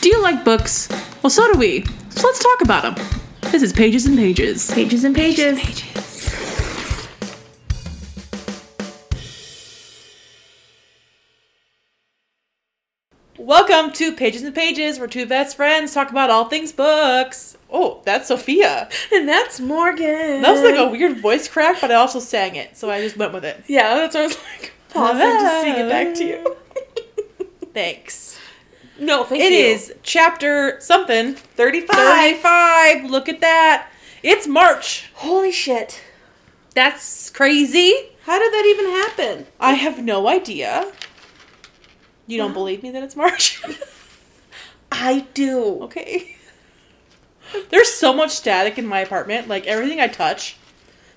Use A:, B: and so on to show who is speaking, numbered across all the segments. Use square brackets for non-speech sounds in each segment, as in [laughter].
A: Do you like books? Well, so do we. So let's talk about them. This is Pages and Pages.
B: Pages and pages.
A: Welcome to Pages and Pages, where two best friends talk about all things books. Oh, that's Sophia.
B: [laughs] And that's Morgan.
A: That was like a weird voice crack, but I also sang it, so I just went with it.
B: Yeah, that's what I was like. [laughs] Pause and just sing it back to you.
A: Thanks.
B: [laughs] No, thank
A: It
B: you.
A: is chapter something 35.
B: 35.
A: Look at that. It's March.
B: Holy shit.
A: That's crazy.
B: How did that even happen?
A: I have no idea. You
B: [gasps]
A: don't believe me that it's March? [laughs]
B: I do.
A: okay. There's so much static in my apartment. Like everything I touch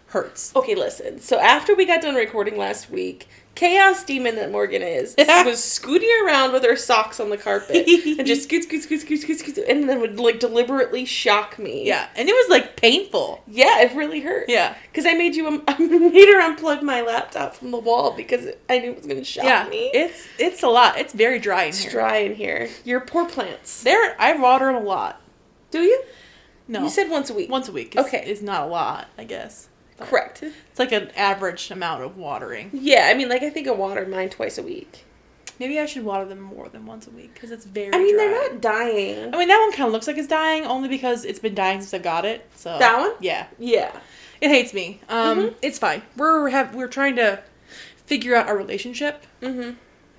A: hurts.
B: Okay, listen. So after we got done recording last week, Chaos Demon that Morgan [laughs] is was scooting around with her socks on the [laughs] carpet and just scoot, scoot, scoot, scoot, scoot, scoot, and then would like deliberately shock me.
A: Yeah, and it was like painful.
B: Yeah, it really hurt.
A: Yeah.
B: Because I made you, um, [laughs] I made her unplug my laptop from the wall because I knew it was going to shock
A: yeah,
B: me.
A: it's it's a lot. It's very dry in
B: It's
A: here.
B: dry in here. Your poor plants.
A: There, I water 'em a lot.
B: Do you?
A: No,
B: You said once a week.
A: once a week. Is,
B: Okay.
A: is not a lot, I guess.
B: Correct.
A: It's like an average amount of watering.
B: Yeah, I mean, like I think I water mine twice a week.
A: Maybe I should water them more than once a week because it's very.
B: I mean,
A: dry.
B: they're not dying.
A: I mean, that one kind of looks like it's dying only because it's been dying since I got it. So
B: That one?
A: yeah,
B: Yeah.
A: it hates me. Um,
B: Mhm.
A: it's fine. We're have we're trying to figure out our relationship.
B: Mm-hmm.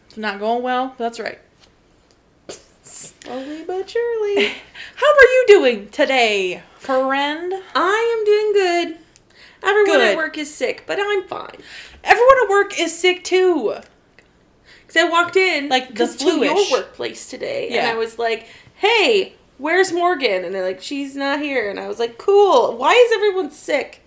A: It's not going well, but that's right. [laughs]
B: Slowly but surely.
A: How are you doing today, friend?
B: [laughs] I am doing good. Everyone
A: Good.
B: at work is sick, but I'm fine.
A: Everyone at work is sick too.
B: Because I walked in
A: Like the
B: 'cause to
A: fluish.
B: your workplace today, and
A: Yeah.
B: I was like, "Hey, where's Morgan?" And they're like, "She's not here." And I was like, "Cool. Why is everyone sick?"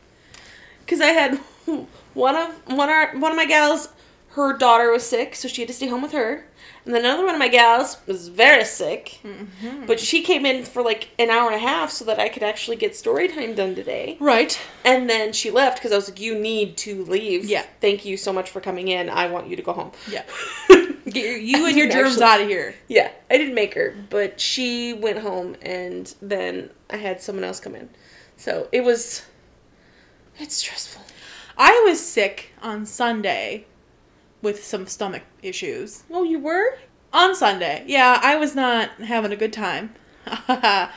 B: Because I had [laughs] one of one of one of my gals, her daughter was sick, so she had to stay home with her, and then another one of my gals was very sick,
A: Mm-hmm.
B: but she came in for like an hour and a half so that I could actually get story time done today.
A: Right.
B: And then she left because I was like, "You need to leave.
A: Yeah.
B: thank you so much for coming in. I want you to go home."
A: Yeah. Get your, you [laughs]
B: I
A: and your
B: didn't
A: germs
B: actually-
A: out of here.
B: Yeah, I didn't make her, but she went home and then I had someone else come in. So it was. It's stressful.
A: I was sick on Sunday with some stomach issues.
B: Oh, you were?
A: On Sunday. Yeah, I was not having a good time. [laughs] but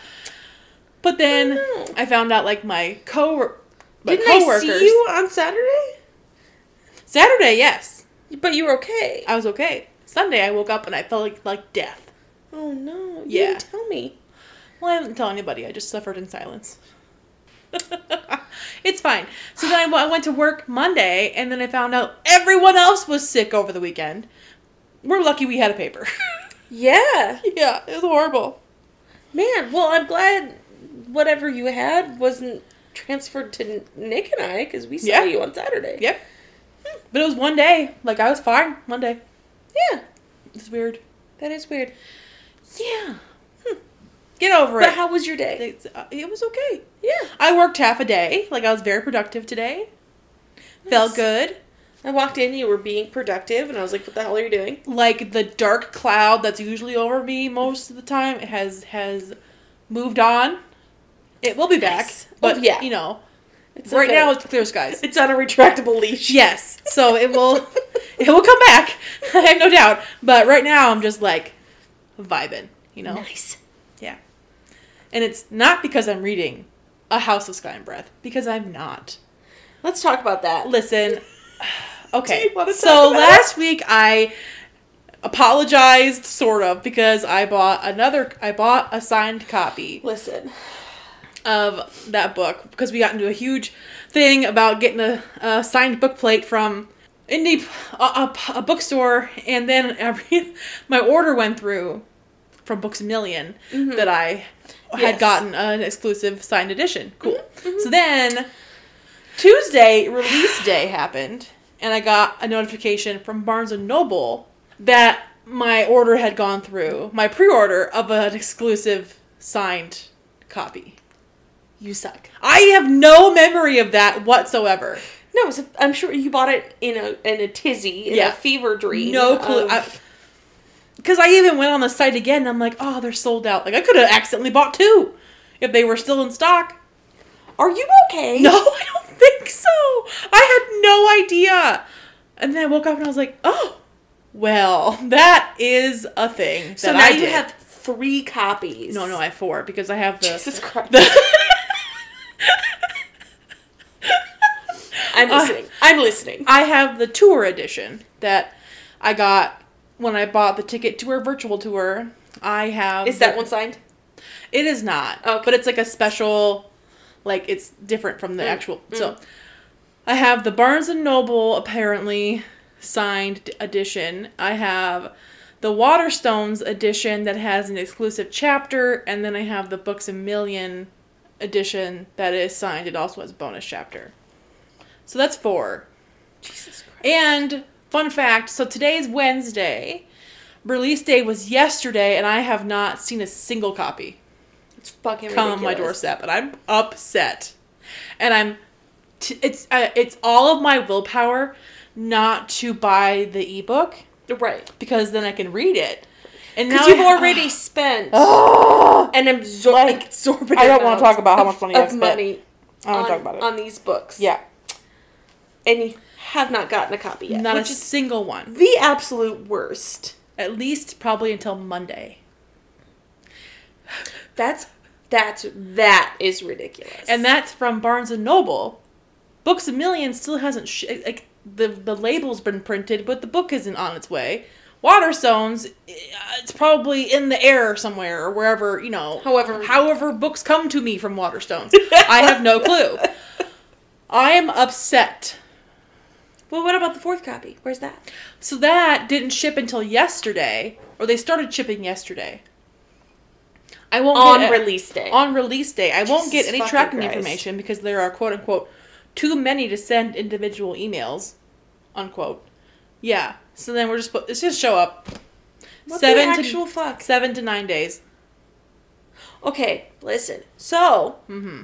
A: then
B: Oh, no.
A: I found out like my co my
B: Didn't
A: coworkers
B: I see you on Saturday?
A: Saturday, yes.
B: But you were okay.
A: I was okay. Sunday I woke up and I felt like like death.
B: oh no! You
A: Yeah.
B: didn't tell me.
A: Well, I haven't told anybody. I just suffered in silence. [laughs] it's fine. So then I, w- I went to work Monday, and then I found out everyone else was sick over the weekend. We're lucky we had a paper. [laughs]
B: Yeah,
A: yeah, it was horrible.
B: man. Well, I'm glad whatever you had wasn't transferred to Nick and I because we saw
A: Yeah.
B: you on Saturday.
A: Yep. But it was one day. Like I was fine one day.
B: Yeah,
A: It's weird.
B: that is weird.
A: Yeah. Hmm. Get over
B: But
A: it.
B: how was your day?
A: It's- uh, it was okay.
B: Yeah,
A: I worked half a day. Like I was very productive today. Felt
B: Nice.
A: good.
B: I walked in. You were being productive, and I was like, "What the hell are you doing?"
A: like the dark cloud that's usually over me most of the time has has moved on. It will be back,
B: Nice. Oh,
A: but
B: yeah.
A: you know,
B: It's
A: right
B: okay.
A: now it's clear
B: [laughs]
A: skies.
B: It's on a retractable leash.
A: yes, so it
B: [laughs]
A: will it will come back. [laughs] I have no doubt. But right now I'm just like vibing, you know.
B: Nice.
A: Yeah. And it's not because I'm reading A House of Sky and Breath because I'm not.
B: Let's talk about that.
A: Listen. [sighs] Okay.
B: you wanna
A: So
B: talk about
A: last week I apologized sort of because I bought another I bought a signed copy
B: Listen.
A: of that book because we got into a huge thing about getting a, a signed book plate from indie a, a, a bookstore and then [laughs] every, my order went through from Books a 1000000 that I had
B: Yes.
A: gotten an exclusive signed edition. Cool. So then Tuesday release day happened and I got a notification from Barnes and Noble that my order had gone through, my pre-order of an exclusive signed copy.
B: You suck.
A: I have no memory of that whatsoever.
B: No, it's a, I'm sure you bought it in a in a tizzy, in
A: Yeah.
B: a fever dream.
A: No clue.
B: of-
A: I, Because I even went on the site again and I'm like, oh, they're sold out. Like, I could have accidentally bought two if they were still in [laughs] stock.
B: Are you okay?
A: No, I don't think so. I had no idea. And then I woke up and I was like, oh, well, that is a thing.
B: So
A: that
B: now
A: I
B: you
A: did.
B: have three copies.
A: oh No, no, I have four because I have the.
B: Jesus Christ.
A: the [laughs]
B: I'm
A: Uh,
B: listening. I'm listening.
A: I have the tour edition that I got when I bought the ticket to her virtual tour. I have.
B: Is that
A: the-
B: one signed?
A: It is not.
B: Okay.
A: But it's like a special, like it's different from the
B: Mm,
A: actual.
B: mm.
A: So, I have the Barnes and Noble apparently signed d- edition. I have the Waterstones edition that has an exclusive chapter, and then I have the Books a Million edition that is signed. It also has a bonus chapter. So that's four.
B: Jesus Christ.
A: And fun fact, so today's Wednesday. Release day was yesterday, and I have not seen a single copy
B: It's fucking
A: come on my
B: ridiculous.
A: doorstep, and I'm upset, and I'm t- it's uh, it's all of my willpower not to buy the ebook
B: Right.
A: because then I can read it, and now
B: Because you've
A: I- [sighs] Oh.
B: already Oh, spent an absor-
A: Like,
B: exorbitant
A: I don't wanna
B: amount
A: talk about how
B: of-
A: much money
B: of
A: I've spent.
B: money
A: I don't
B: on,
A: wanna talk about it.
B: on these books.
A: yeah,
B: And you have not gotten a copy yet.
A: not a
B: which is
A: single one.
B: the absolute worst.
A: At least probably until Monday,
B: That's that's that is ridiculous.
A: and that's from Barnes and Noble. Books a Million still hasn't sh- eh, like the the label's been printed, but the book isn't on its way. Waterstones, eh, it's probably in the air somewhere or wherever you know.
B: however
A: however books come to me from
B: [laughs]
A: Waterstones. I have no clue. I am upset.
B: Well, what about the fourth copy? Where's that?
A: So that didn't ship until yesterday, or they started shipping yesterday. I won't
B: On
A: get
B: release day.
A: on release day. I won't get
B: Jesus
A: any
B: fucking
A: tracking
B: Christ.
A: information because there are quote unquote too many to send individual emails, unquote. Yeah. So then we're just put- it's just show up
B: what
A: seven
B: the
A: to-
B: actual fuck?
A: seven to nine days.
B: Okay, listen. So
A: Mm-hmm.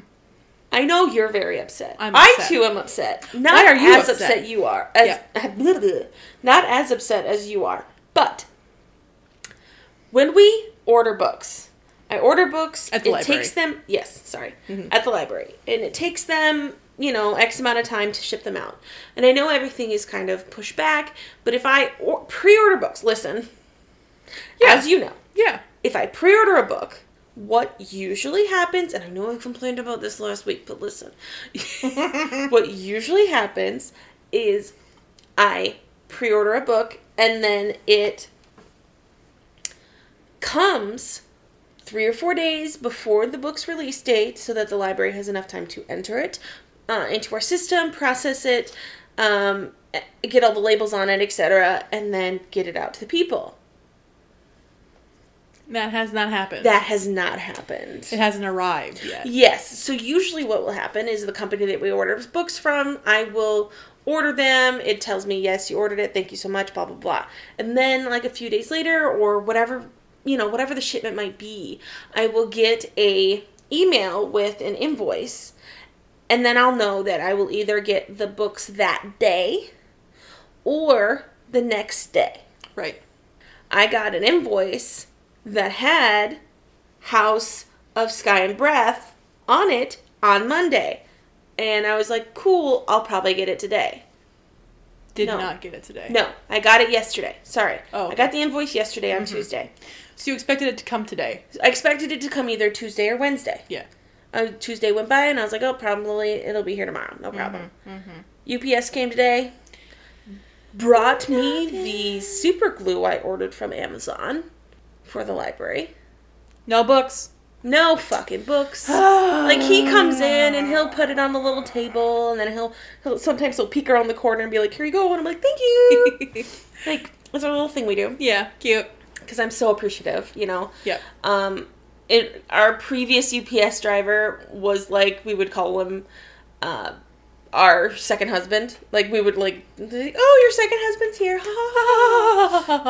B: I know you're very upset.
A: I'm
B: I
A: upset.
B: too am upset. Not
A: are you
B: as
A: upset?
B: upset? you are. As, blah, blah, blah. [laughs] not as upset as you are. But when we order books, I order books.
A: At the
B: it
A: library.
B: takes them. Yes, sorry,
A: Mhm.
B: at the library, and it takes them you know x amount of time to ship them out. And I know everything is kind of pushed back, but if I or- pre-order books, listen,
A: Yeah.
B: as you know,
A: Yeah.
B: if I pre order a book, what usually happens, and I know I complained about this last week, but listen, what usually happens is I pre order a book and then it comes three or four days before the book's release date so that the library has enough time to enter it uh, into our system, process it, um, e- get all the labels on it, etc., and then get it out to the people.
A: That has not happened.
B: That has not happened.
A: it hasn't arrived yet.
B: Yes. So usually what will happen is the company that we order books from, I will order them. It tells me, yes, you ordered it. Thank you so much, blah, blah, blah. And then like a few days later or whatever, you know, whatever the shipment might be, I will get a email with an invoice. And then I'll know that I will either get the books that day or the next day.
A: Right.
B: I got an invoice that had House of Sky and Breath on it on Monday. And I was like, cool, I'll probably get it today.
A: Did
B: No.
A: not get it today.
B: No, I got it yesterday. Sorry.
A: Oh.
B: I got the invoice yesterday on Tuesday.
A: So you expected it to come today.
B: I expected it to come either Tuesday or Wednesday.
A: Yeah.
B: Uh, Tuesday went by and I was like, oh, probably it'll be here tomorrow. No problem.
A: Mm-hmm.
B: UPS came today, brought me the super glue I ordered from Amazon for the library.
A: No books.
B: No fucking
A: [gasps]
B: books. [laughs]
A: like
B: Like he comes in and he'll put it on the little table, and then he'll he'll sometimes he'll peek around the corner and be like, "Here you go," and I'm like, "Thank
A: [laughs]
B: you." like it's a little thing we do
A: [laughs] yeah, cute.
B: because I'm so appreciative, you know.
A: Yep.
B: [laughs] Um, it our previous UPS driver was like we would call him, uh, our second husband. Like we would like, "Oh, your second husband's here,"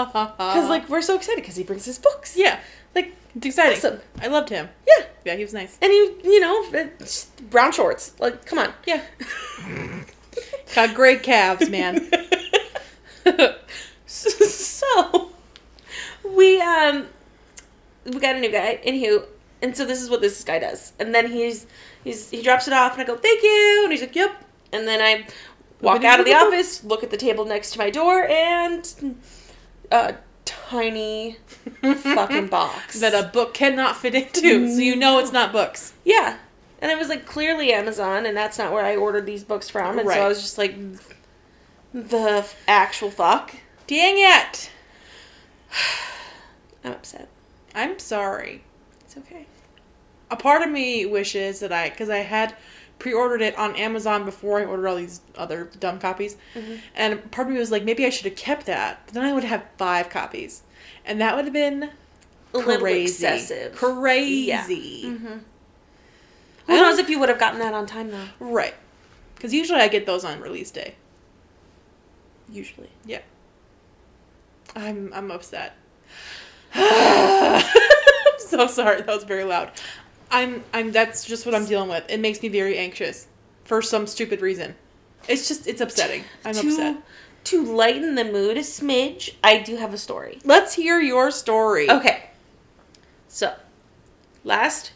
B: because
A: Because
B: like we're so excited because he brings his books.
A: yeah,
B: Like
A: it's exciting.
B: awesome.
A: I loved him.
B: Yeah.
A: Yeah, he was
B: [laughs]
A: nice.
B: And he, you know, it's brown shorts. Like, come on.
A: Yeah, got
B: [laughs]
A: great calves, man.
B: so, we um we got a new guy in Hugh, and so this is what this guy does. And then he's he's he drops it off, and I go thank you, and he's like yep. And then I walk out of the office, look at the table next to my door, and a tiny fucking
A: [laughs]
B: box
A: that a book cannot fit into, so you know it's not books.
B: yeah. And it was like clearly Amazon, and that's not where I ordered these books from. And so
A: Right.
B: I was just like, the actual fuck.
A: Dang it!
B: I'm upset.
A: I'm sorry.
B: It's okay.
A: A part of me wishes that I, because I had pre-ordered it on Amazon before I ordered all these other dumb copies,
B: Mm-hmm.
A: and part of me was like, maybe I should have kept that. But then I would have five copies, and that would have been
B: A little
A: crazy.
B: excessive.
A: Crazy.
B: Yeah. Mm-hmm. Who knows if you would have gotten that on time though?
A: Right. Because usually I get those on release day.
B: Usually.
A: Yeah. I'm I'm [laughs] upset. I'm so sorry. That was very loud. I'm I'm that's just what I'm dealing with. It makes me very anxious for some stupid reason. It's just it's upsetting. I'm
B: to,
A: upset.
B: To lighten the mood a smidge, I do have a story.
A: Let's hear your story.
B: Okay. So, last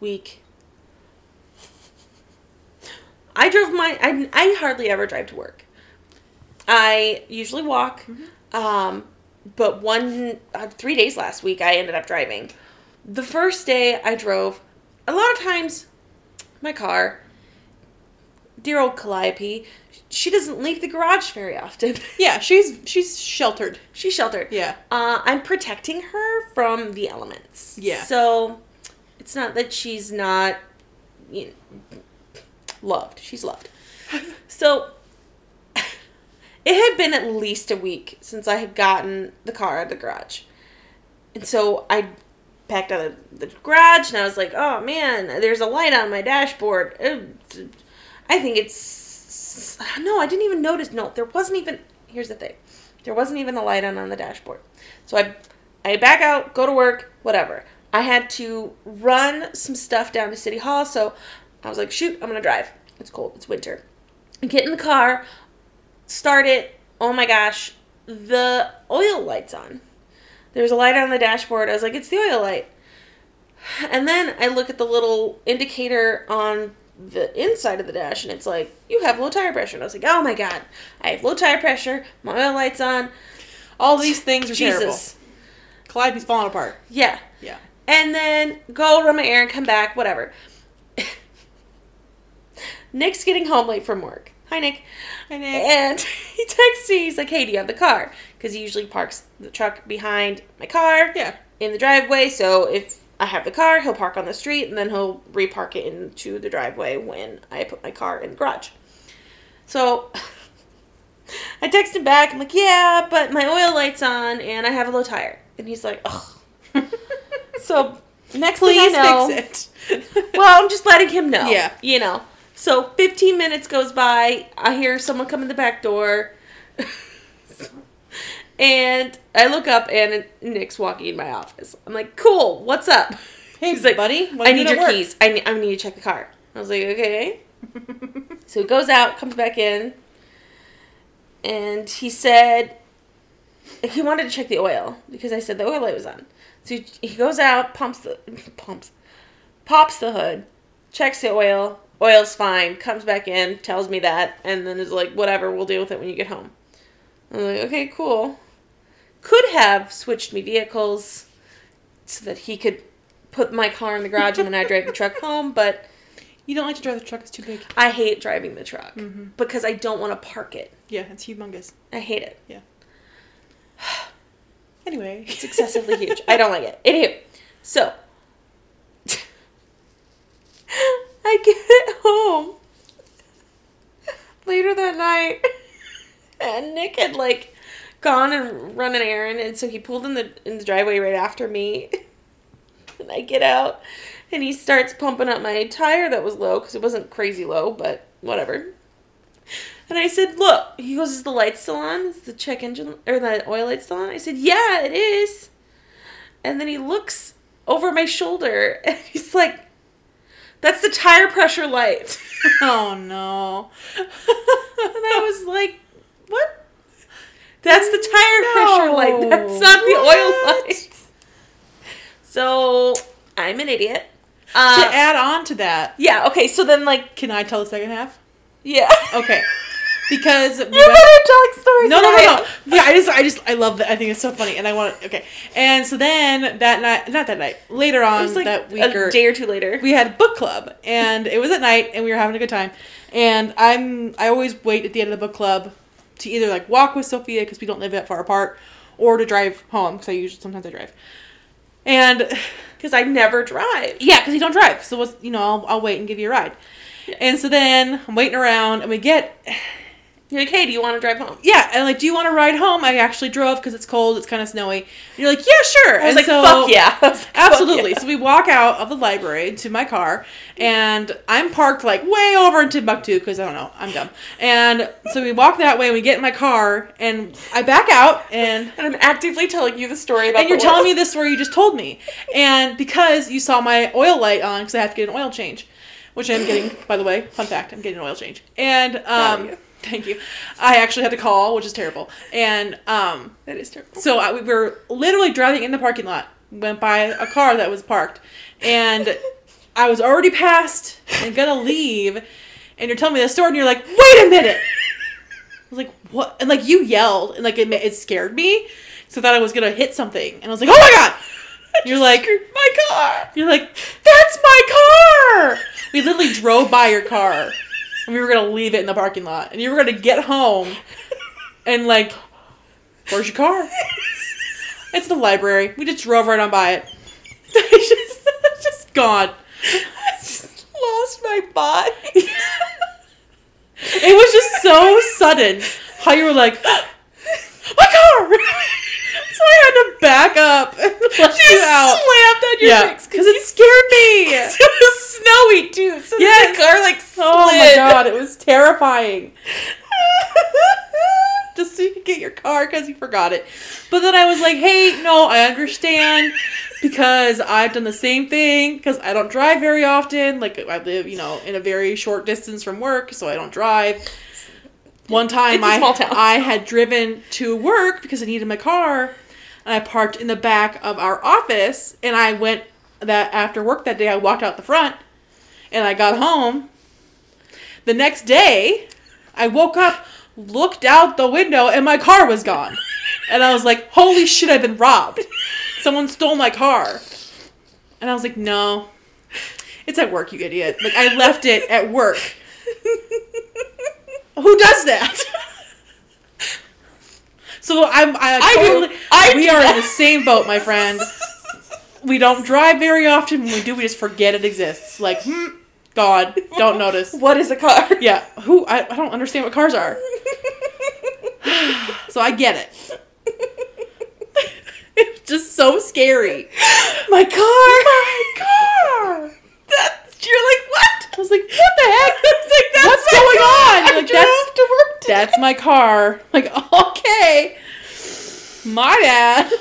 B: week, I drove my. I, I hardly ever drive to work. I usually walk. Um, but one, uh, three days last week, I ended up driving. The first day I drove, a lot of times, my car, dear old Calliope, she doesn't leave the garage very often. [laughs]
A: Yeah, she's she's sheltered.
B: She's sheltered
A: Yeah.
B: uh, I'm protecting her from the elements.
A: Yeah.
B: So it's not that she's not you know, loved. She's loved. So [laughs] it had been at least a week since I had gotten the car out of the garage. And so I packed out of the garage and I was like, oh man, there's a light on my dashboard. It- I think it's. No, I didn't even notice. No, there wasn't even. Here's the thing there wasn't even a light on on the dashboard. So I, I back out, go to work, whatever. I had to run some stuff down to City Hall, so I was like, shoot, I'm gonna drive. It's cold, it's winter. I get in the car, start it. Oh my gosh, the oil light's on. There's a light on the dashboard. I was like, it's the oil light. And then I look at the little indicator on the inside of the dash and it's like, you have low tire pressure. And I was like, oh my God, I have low tire pressure. My oil light's on.
A: All these things are terrible.
B: Jesus.
A: Calliope's falling apart.
B: Yeah.
A: Yeah.
B: And then go run my errand, come back, whatever. [laughs] Nick's getting home late from work. Hi, Nick.
A: Hi, Nick.
B: And [laughs] he texts me, he's like, hey, do you have the car? Because he usually parks the truck behind my car
A: Yeah.
B: in the driveway. So if I have the car, he'll park on the street and then he'll repark it into the driveway when I put my car in the garage. So [laughs] I text him back. I'm like, yeah, but my oil light's on and I have a low tire. And he's like, oh. So next thing I
A: Please
B: know,
A: fix it. [laughs]
B: well, I'm just letting him know.
A: Yeah.
B: You know. So 15 minutes goes by. I hear someone come in the back door. [laughs] and I look up and Nick's walking in my office. I'm like, cool, what's up?
A: hey,
B: He's like,
A: buddy, what
B: I
A: do you
B: need
A: do
B: your
A: at work?
B: keys. I need, I need to check the car. I was like, okay. So he goes out, comes back in, and he said he wanted to check the oil because I said the oil light was on. So he, he goes out, pumps the [laughs] pumps, pops the hood, checks the oil. Oil's fine. Comes back in, tells me that, and then is like, whatever, we'll deal with it when you get home. I'm like, okay, cool. Could have switched me vehicles so that he could put my car in the garage and then I drive the truck home, but
A: you don't like to drive the truck, it's too big.
B: I hate driving the truck because I don't want to park it.
A: Yeah, it's humongous.
B: I hate it.
A: [sighs] Anyway.
B: It's excessively huge. I don't like it. Anywho, so [laughs] I get home later that night, and Nick had like gone and run an errand, and so he pulled in the in the driveway right after me. [laughs] And I get out, and he starts pumping up my tire that was low because it wasn't crazy low, but whatever. And I said, "Look." He goes, "Is the light still on? Is the check engine or the oil light still on?" I said, "Yeah, it is." And then he looks over my shoulder [laughs] and he's like, "That's the tire pressure light."
A: [laughs]
B: [laughs]
A: oh no.
B: and I was like, "What?" That's the tire pressure light. That's not the
A: What?
B: oil light. So I'm an idiot. Uh,
A: to add on to that,
B: yeah. Okay. So then, like,
A: can I tell the second half?
B: yeah. [laughs]
A: Okay. Because
B: you better tell stories.
A: No, no, no,
B: right?
A: no. Yeah, I just, I just, I love that. I think it's so funny, and I want to. Okay, and so then that night, not that night, later
B: It
A: on
B: was like
A: Um, that week
B: a
A: or
B: day or two later.
A: we had book club, and it was at night, and we were having a good time. And I'm, I always wait at the end of the book club to either like walk with Sophia because we don't live that far apart, or to drive home because I usually sometimes I drive. And [sighs]
B: Because I never drive.
A: yeah, because you don't drive. So what's you know I'll, I'll wait and give you a ride. And so then I'm waiting around, and we get
B: You're like, hey, do you want to drive home?
A: yeah, and like, do you want to ride home? I actually drove because it's cold, it's kind of snowy. And you're like, yeah, sure.
B: I
A: and
B: was like,
A: so-
B: fuck yeah. [laughs] I was like, fuck
A: Absolutely.
B: yeah.
A: So we walk out of the library to my car, and I'm parked like way over in Timbuktu because I don't know, I'm dumb. And so we walk that way, and we get in my car, and I back out, and
B: And I'm actively telling you the story about.
A: and you're
B: the
A: telling
B: oil.
A: me this story you just told me, and because you saw my oil light on because I have to get an oil change, which I'm getting by the way. Fun fact: I'm getting an oil change, and um,
B: you.
A: thank you. I actually had to call, which is terrible, and um,
B: That
A: [laughs]
B: is terrible.
A: so I, we were literally driving in the parking lot, went by a car that was parked, and I was already past and gonna leave, and you're telling me this story, and you're like, wait a minute. I was like, what? And like you yelled, and like it, ma- it scared me, so I thought I was gonna hit something, and I was like, oh my
B: [laughs]
A: god. You're like,
B: my car.
A: you're like, that's my car. We literally drove by your car, and we were gonna leave it in the parking lot, and you were gonna get
B: [laughs]
A: home, and like, where's your car? It's the library. We just drove right on by
B: [laughs]
A: it. [laughs] It's just, it's just gone.
B: I just lost my [laughs] body.
A: It was just so sudden how you were like, [gasps] my car! [laughs] so I had to back up and [laughs] let
B: she
A: you out.
B: slammed on your
A: Yeah,
B: brakes.
A: because it scared
B: [laughs]
A: me.
B: It was
A: [laughs]
B: snowy too. So yeah,
A: Yes.
B: the car like slid.
A: Oh my god, it was
B: [laughs]
A: terrifying. Just so you could get your car because you forgot it. But then I was like, hey, no, I understand because I've done the same thing because I don't drive very often. Like, I live, you know, in a very short distance from work, so I don't drive. One time
B: It's a
A: I,
B: small town.
A: I had driven to work because I needed my car and I parked in the back of our office and I went that after work that day I walked out the front and I got home. The next day, I woke up, looked out the window and my car was gone. And I was like, "Holy shit, I've been robbed. Someone stole my car." And I was like, "No. It's at work, you idiot. Like I left it at work. Who does that?" [laughs] So I'm I,
B: I do.
A: totally
B: I
A: we
B: do
A: are in
B: that.
A: the same boat, my friend. We don't drive very often. When we do, we just forget it exists. Like, hmm, God, don't notice.
B: [laughs] [laughs] What is a car?
A: Yeah, who? I, I don't understand what cars are. [sighs] So I get it. It's just so scary.
B: my car. My car. That's you're like
A: I
B: what?
A: was like, what the heck?
B: [laughs] It's like, that's
A: What's
B: my
A: going
B: car.
A: on?
B: I
A: You're like,
B: drove
A: that's-
B: to work today. [laughs]
A: That's my car. [laughs] Like, okay. My [laughs] bad.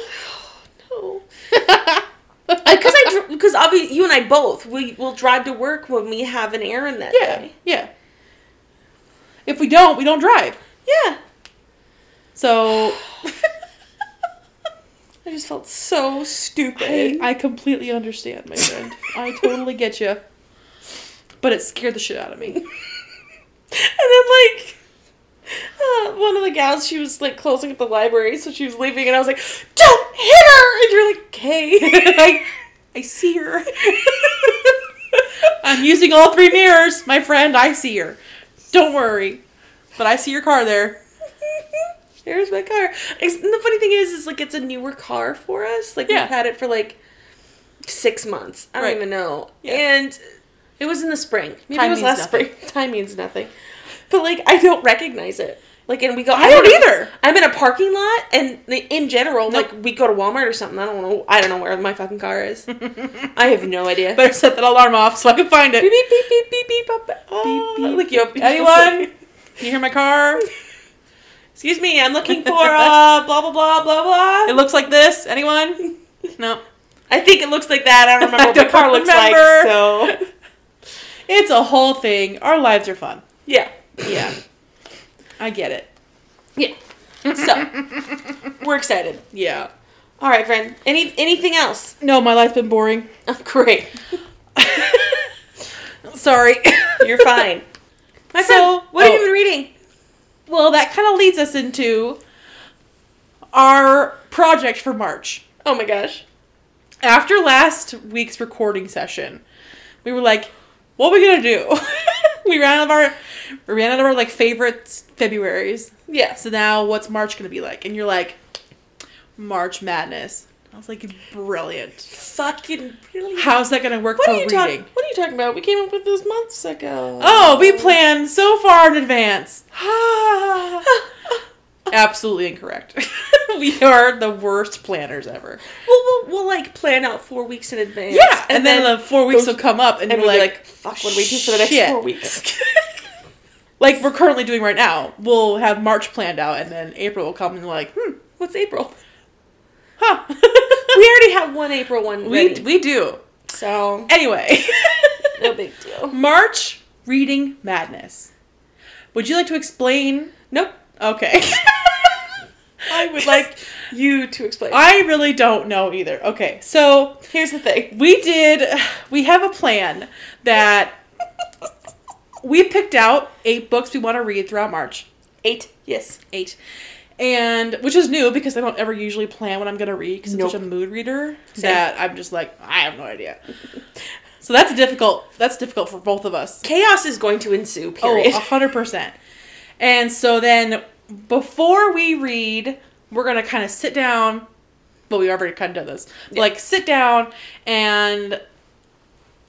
B: No. Because I, because obviously you and I both, we will drive to work when we have an errand that
A: [laughs] yeah,
B: day.
A: yeah. If we don't, we don't drive.
B: Yeah. [laughs]
A: So
B: I just felt so
A: I,
B: stupid.
A: I completely understand, my friend. I totally get you. But it scared the shit out of me.
B: and then like. Uh, one of the gals, she was like closing up the library, so she was leaving, and I was like, "Don't hit her!" And you're like, "Okay." [laughs]
A: I, I see her. I'm using all three mirrors, my friend. I see her. Don't worry. But I see your car there.
B: Here's my car. It's- and the funny thing is, is like it's a newer car for us. Like
A: Yeah.
B: we've had it for like six months. I don't
A: Right.
B: even know.
A: Yeah.
B: And it was in the spring. Maybe
A: Time
B: it was
A: means
B: last
A: nothing.
B: spring. Time means nothing. But like I don't recognize it. Like and we go.
A: I don't
B: I'm in a-
A: either.
B: I'm in a parking lot, and like, in general,
A: Nope.
B: like we go to Walmart or something. I don't know. I don't know where my fucking car
A: [laughs]
B: is. I have no idea.
A: Better set that alarm off so I can find [laughs]
B: beep
A: it.
B: beep beep beep beep beep.
A: Beep, beep,
B: Beep Like you.
A: Anyone? You hear my car?
B: Excuse me. I'm looking for uh blah blah blah blah blah.
A: It looks like this. Anyone? No.
B: I think it looks like that. I don't remember what
A: I
B: the car
A: don't
B: looks
A: remember.
B: like. So
A: It's a whole thing. Our lives are fun.
B: yeah,
A: Yeah. I get it.
B: yeah. So we're excited.
A: yeah.
B: All right, friend. Any anything else?
A: No, my life's been boring. [laughs]
B: Oh, [laughs] great.
A: Sorry.
B: You're fine. My
A: So-
B: friend, what have
A: oh.
B: you been reading?
A: well, that kind of leads us into our project for March.
B: Oh my gosh.
A: After last week's recording session, we were like, what are we going to do? [laughs] we ran out of our we ran out of our like favorite Februaries.
B: Yes.
A: So now what's March going to be like? And you're like, March madness. I was like, brilliant.
B: Fucking really.
A: How's that going to work
B: What
A: for
B: are you
A: reading?
B: talking? What are you talking about? We came up with this months ago.
A: Oh, we
B: [laughs]
A: planned so far in advance. Absolutely incorrect. [laughs] we are the worst planners ever.
B: We'll, we'll, we'll like plan out four weeks in advance.
A: Yeah, and, then, the four weeks
B: those-
A: will come up, and,
B: and
A: we're
B: we'll
A: like,
B: be like, fuck, what do we do for the next
A: shit.
B: four weeks?
A: [laughs] like we're currently doing right now. We'll have March planned out, and then April will come, and we're like, hmm,
B: What's April?
A: huh? [laughs]
B: We already have one April one ready,
A: we we do
B: [laughs] so
A: anyway. [laughs]
B: no big deal.
A: March reading madness. Would you like to explain?
B: Nope.
A: Okay. [laughs]
B: I would like you to explain.
A: I really don't know either. Okay, so
B: Here's the thing.
A: we did. We have a plan that we picked out eight books we want to read throughout March.
B: Eight. Yes.
A: Eight, and which is new because I don't ever usually plan what I'm gonna read because I'm such a mood reader
B: Same.
A: that I'm just like I have no idea. so that's difficult. That's difficult for both of us.
B: Chaos is going to ensue. Period.
A: Oh, 100%. And so then before we read, we're going to kind of sit down. Well, we already kind of done this.
B: Yeah.
A: Like, sit down and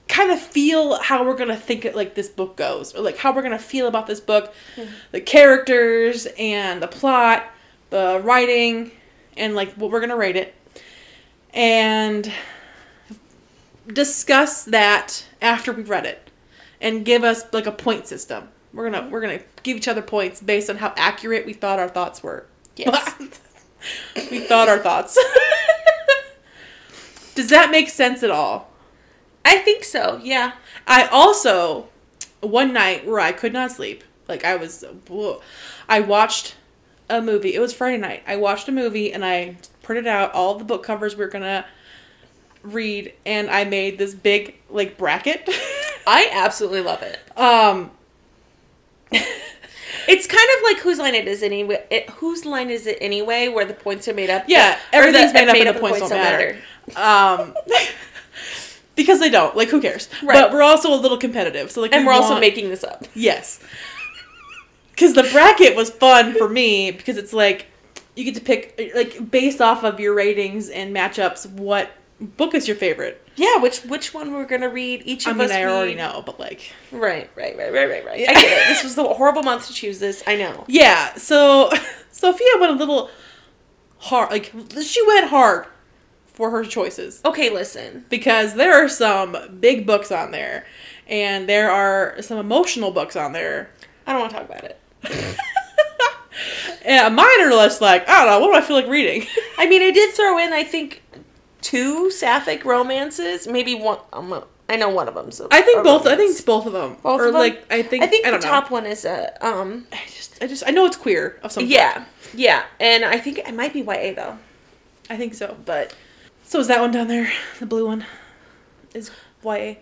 A: kind of feel how we're going to think it like this book goes or like how we're going to feel about this book
B: Hmm.
A: the characters and the plot the writing and like what we're going to rate it and discuss that after we've read it and give us like a point system. We're gonna we're gonna give each other points based on how accurate we thought our thoughts were.
B: Yes.
A: [laughs] we thought our thoughts. [laughs] Does that make sense at all?
B: [laughs] I think so. Yeah.
A: I also one night where I could not sleep, like I was, whoa, I watched a movie. It was Friday night. I watched a movie and I printed out all the book covers we are gonna read, and I made this big like bracket. [laughs]
B: I absolutely love it.
A: um,
B: It's kind of like whose line it is anyway. It, whose line is it anyway? Where the points are made up.
A: Yeah,
B: Or the-
A: everything's made up and the points don't matter. um, [laughs] because they don't. Like, who cares?
B: Right.
A: But we're also a little competitive, so like,
B: And
A: we
B: we're also
A: want-
B: making this up.
A: Yes. Because the bracket was fun for me because it's like you get to pick like based off of your ratings and matchups what book is your favorite.
B: Yeah, which which one we're gonna read? Each
A: I
B: of
A: mean,
B: us.
A: I already
B: read-
A: know, but like
B: Right, right, right, right, right, right.
A: Yeah.
B: I get it. This was the horrible month to choose this.
A: [laughs]
B: I know.
A: yeah. So [laughs] Sophia went a little hard. Like she went hard for her choices.
B: Okay, listen.
A: because there are some big books on there and there are some emotional books on there.
B: I don't want to talk about it.
A: and mine are less like, I don't know, what do I feel like reading? [laughs]
B: I mean, I did throw in. I think two sapphic romances. Maybe one. Um, I know one of them. So
A: I think both I think it's both of them.
B: Both
A: or
B: of 'em?
A: like I think
B: I think
A: I
B: the
A: don't
B: top
A: know.
B: one is a um.
A: I just I just I know it's queer of some sort.
B: Yeah, yeah, and I think it might be YA though.
A: I think so.
B: But
A: So is that one down there? The blue one is YA.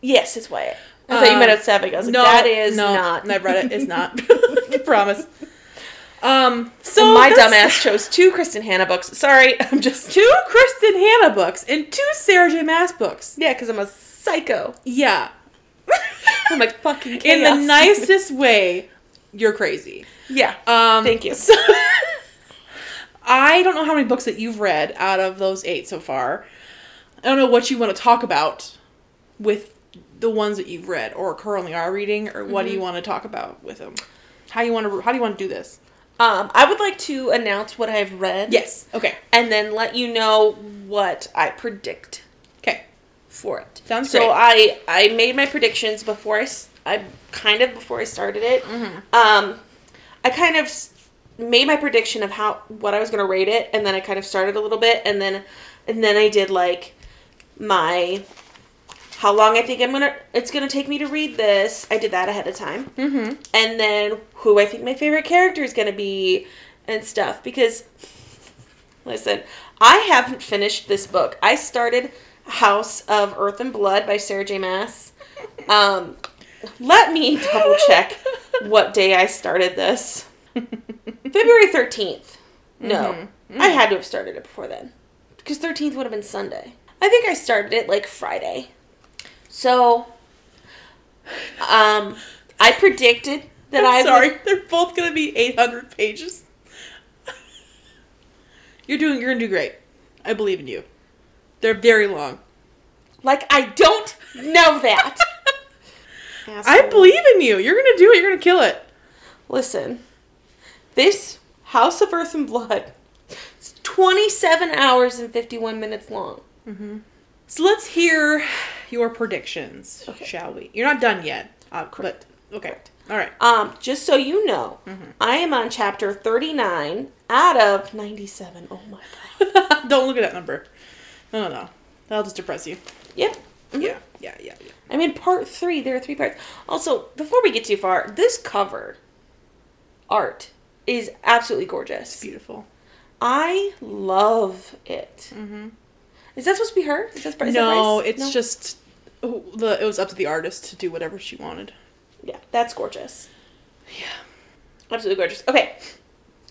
B: yes, it's YA. I thought you
A: Um,
B: meant it's sapphic. I was like, that is not.
A: I've read it. It's not. I promise. Um [laughs] so
B: [laughs] So my
A: that's-
B: dumbass chose two Kristen Hanna books. Sorry, [laughs] I'm just
A: two Kristen Hanna books and two Sarah J. Mass books.
B: yeah, because I'm
A: [laughs]
B: a psycho.
A: Yeah.
B: I'm like fucking
A: in
B: chaos.
A: the nicest way, you're crazy.
B: yeah.
A: Um,
B: Thank you.
A: so- I don't know how many books that you've read out of those eight so far. I don't know what you want to talk about with the ones that you've read or currently are reading, or what do you want to talk about with them? How you want to? How do you want to do this?
B: [laughs] Um, I would like to announce what I've read.
A: Yes. Okay.
B: And then let you know what I predict
A: Okay.
B: for it.
A: Sounds
B: so
A: great.
B: I I made my predictions before I s- I kind of before I started it.
A: Mm-hmm.
B: Um, I kind of s- made my prediction of how what I was gonna rate it, and then I kind of started a little bit, and then and then I did like my how long I think I'm gonna it's gonna take me to read this. I did that ahead of time,
A: Mm-hmm.
B: and then who I think my favorite character is gonna be. and stuff because listen, I haven't finished this book. I started House of Earth and Blood by Sarah J. Mass. Um, let me double check what day I started this. February 13th. No. I
A: Mm.
B: had to have started it before then. Because 13th would have been Sunday. I think I started it like Friday. So um I predicted that
A: I'm
B: I would-
A: sorry, they're both gonna be 800 pages. [laughs] you're doing. You're gonna do great. I believe in you. They're very long.
B: like I don't know that.
A: [laughs] I
B: Asshole.
A: believe in you. You're gonna do it. You're gonna kill it.
B: Listen, this House of Earth and Blood is 27 hours and 51 minutes long.
A: So let's hear your predictions,
B: Okay.
A: shall we? You're not done yet. Uh, Correct. But, okay. All right.
B: Um, just so you know,
A: Mm-hmm.
B: I am on chapter 39 out of 97. Oh my
A: [laughs]
B: god.
A: Don't look at that number. No, no, no. That'll just depress you.
B: Yep. Mhm.
A: Yeah, yeah, yeah, yeah.
B: I'm in part three. There are three parts. Also, before we get too far, this cover art is absolutely gorgeous.
A: Beautiful.
B: I love it.
A: Mhm.
B: Is that supposed to be her? Is that, is that
A: no,
B: Bryce?
A: it's
B: No?
A: just oh, the it was up to the artist to do whatever she wanted.
B: Yeah, that's gorgeous.
A: Yeah.
B: Absolutely gorgeous. Okay.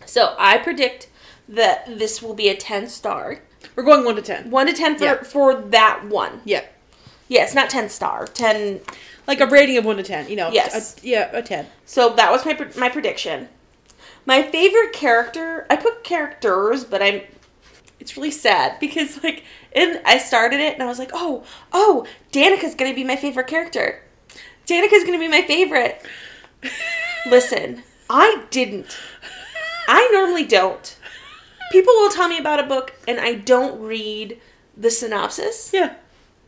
B: So I predict that this will be a 10 star.
A: We're going one to ten.
B: 1 to 10 for,
A: Yeah.
B: for that one.
A: Yeah,
B: Yeah, it's not 10 star. 10.
A: like a rating of one to ten. You know.
B: Yes.
A: a- yeah, a ten.
B: So that was my, pr- my prediction. My favorite character, I put characters, but I'm. It's really sad [laughs] because, like, and I started it and I was like, oh, oh, Danica's gonna be my favorite character. Danica's gonna be my
A: [laughs]
B: favorite. Listen, I didn't. I normally don't. People will tell me about a book and I don't read the synopsis,
A: Yeah.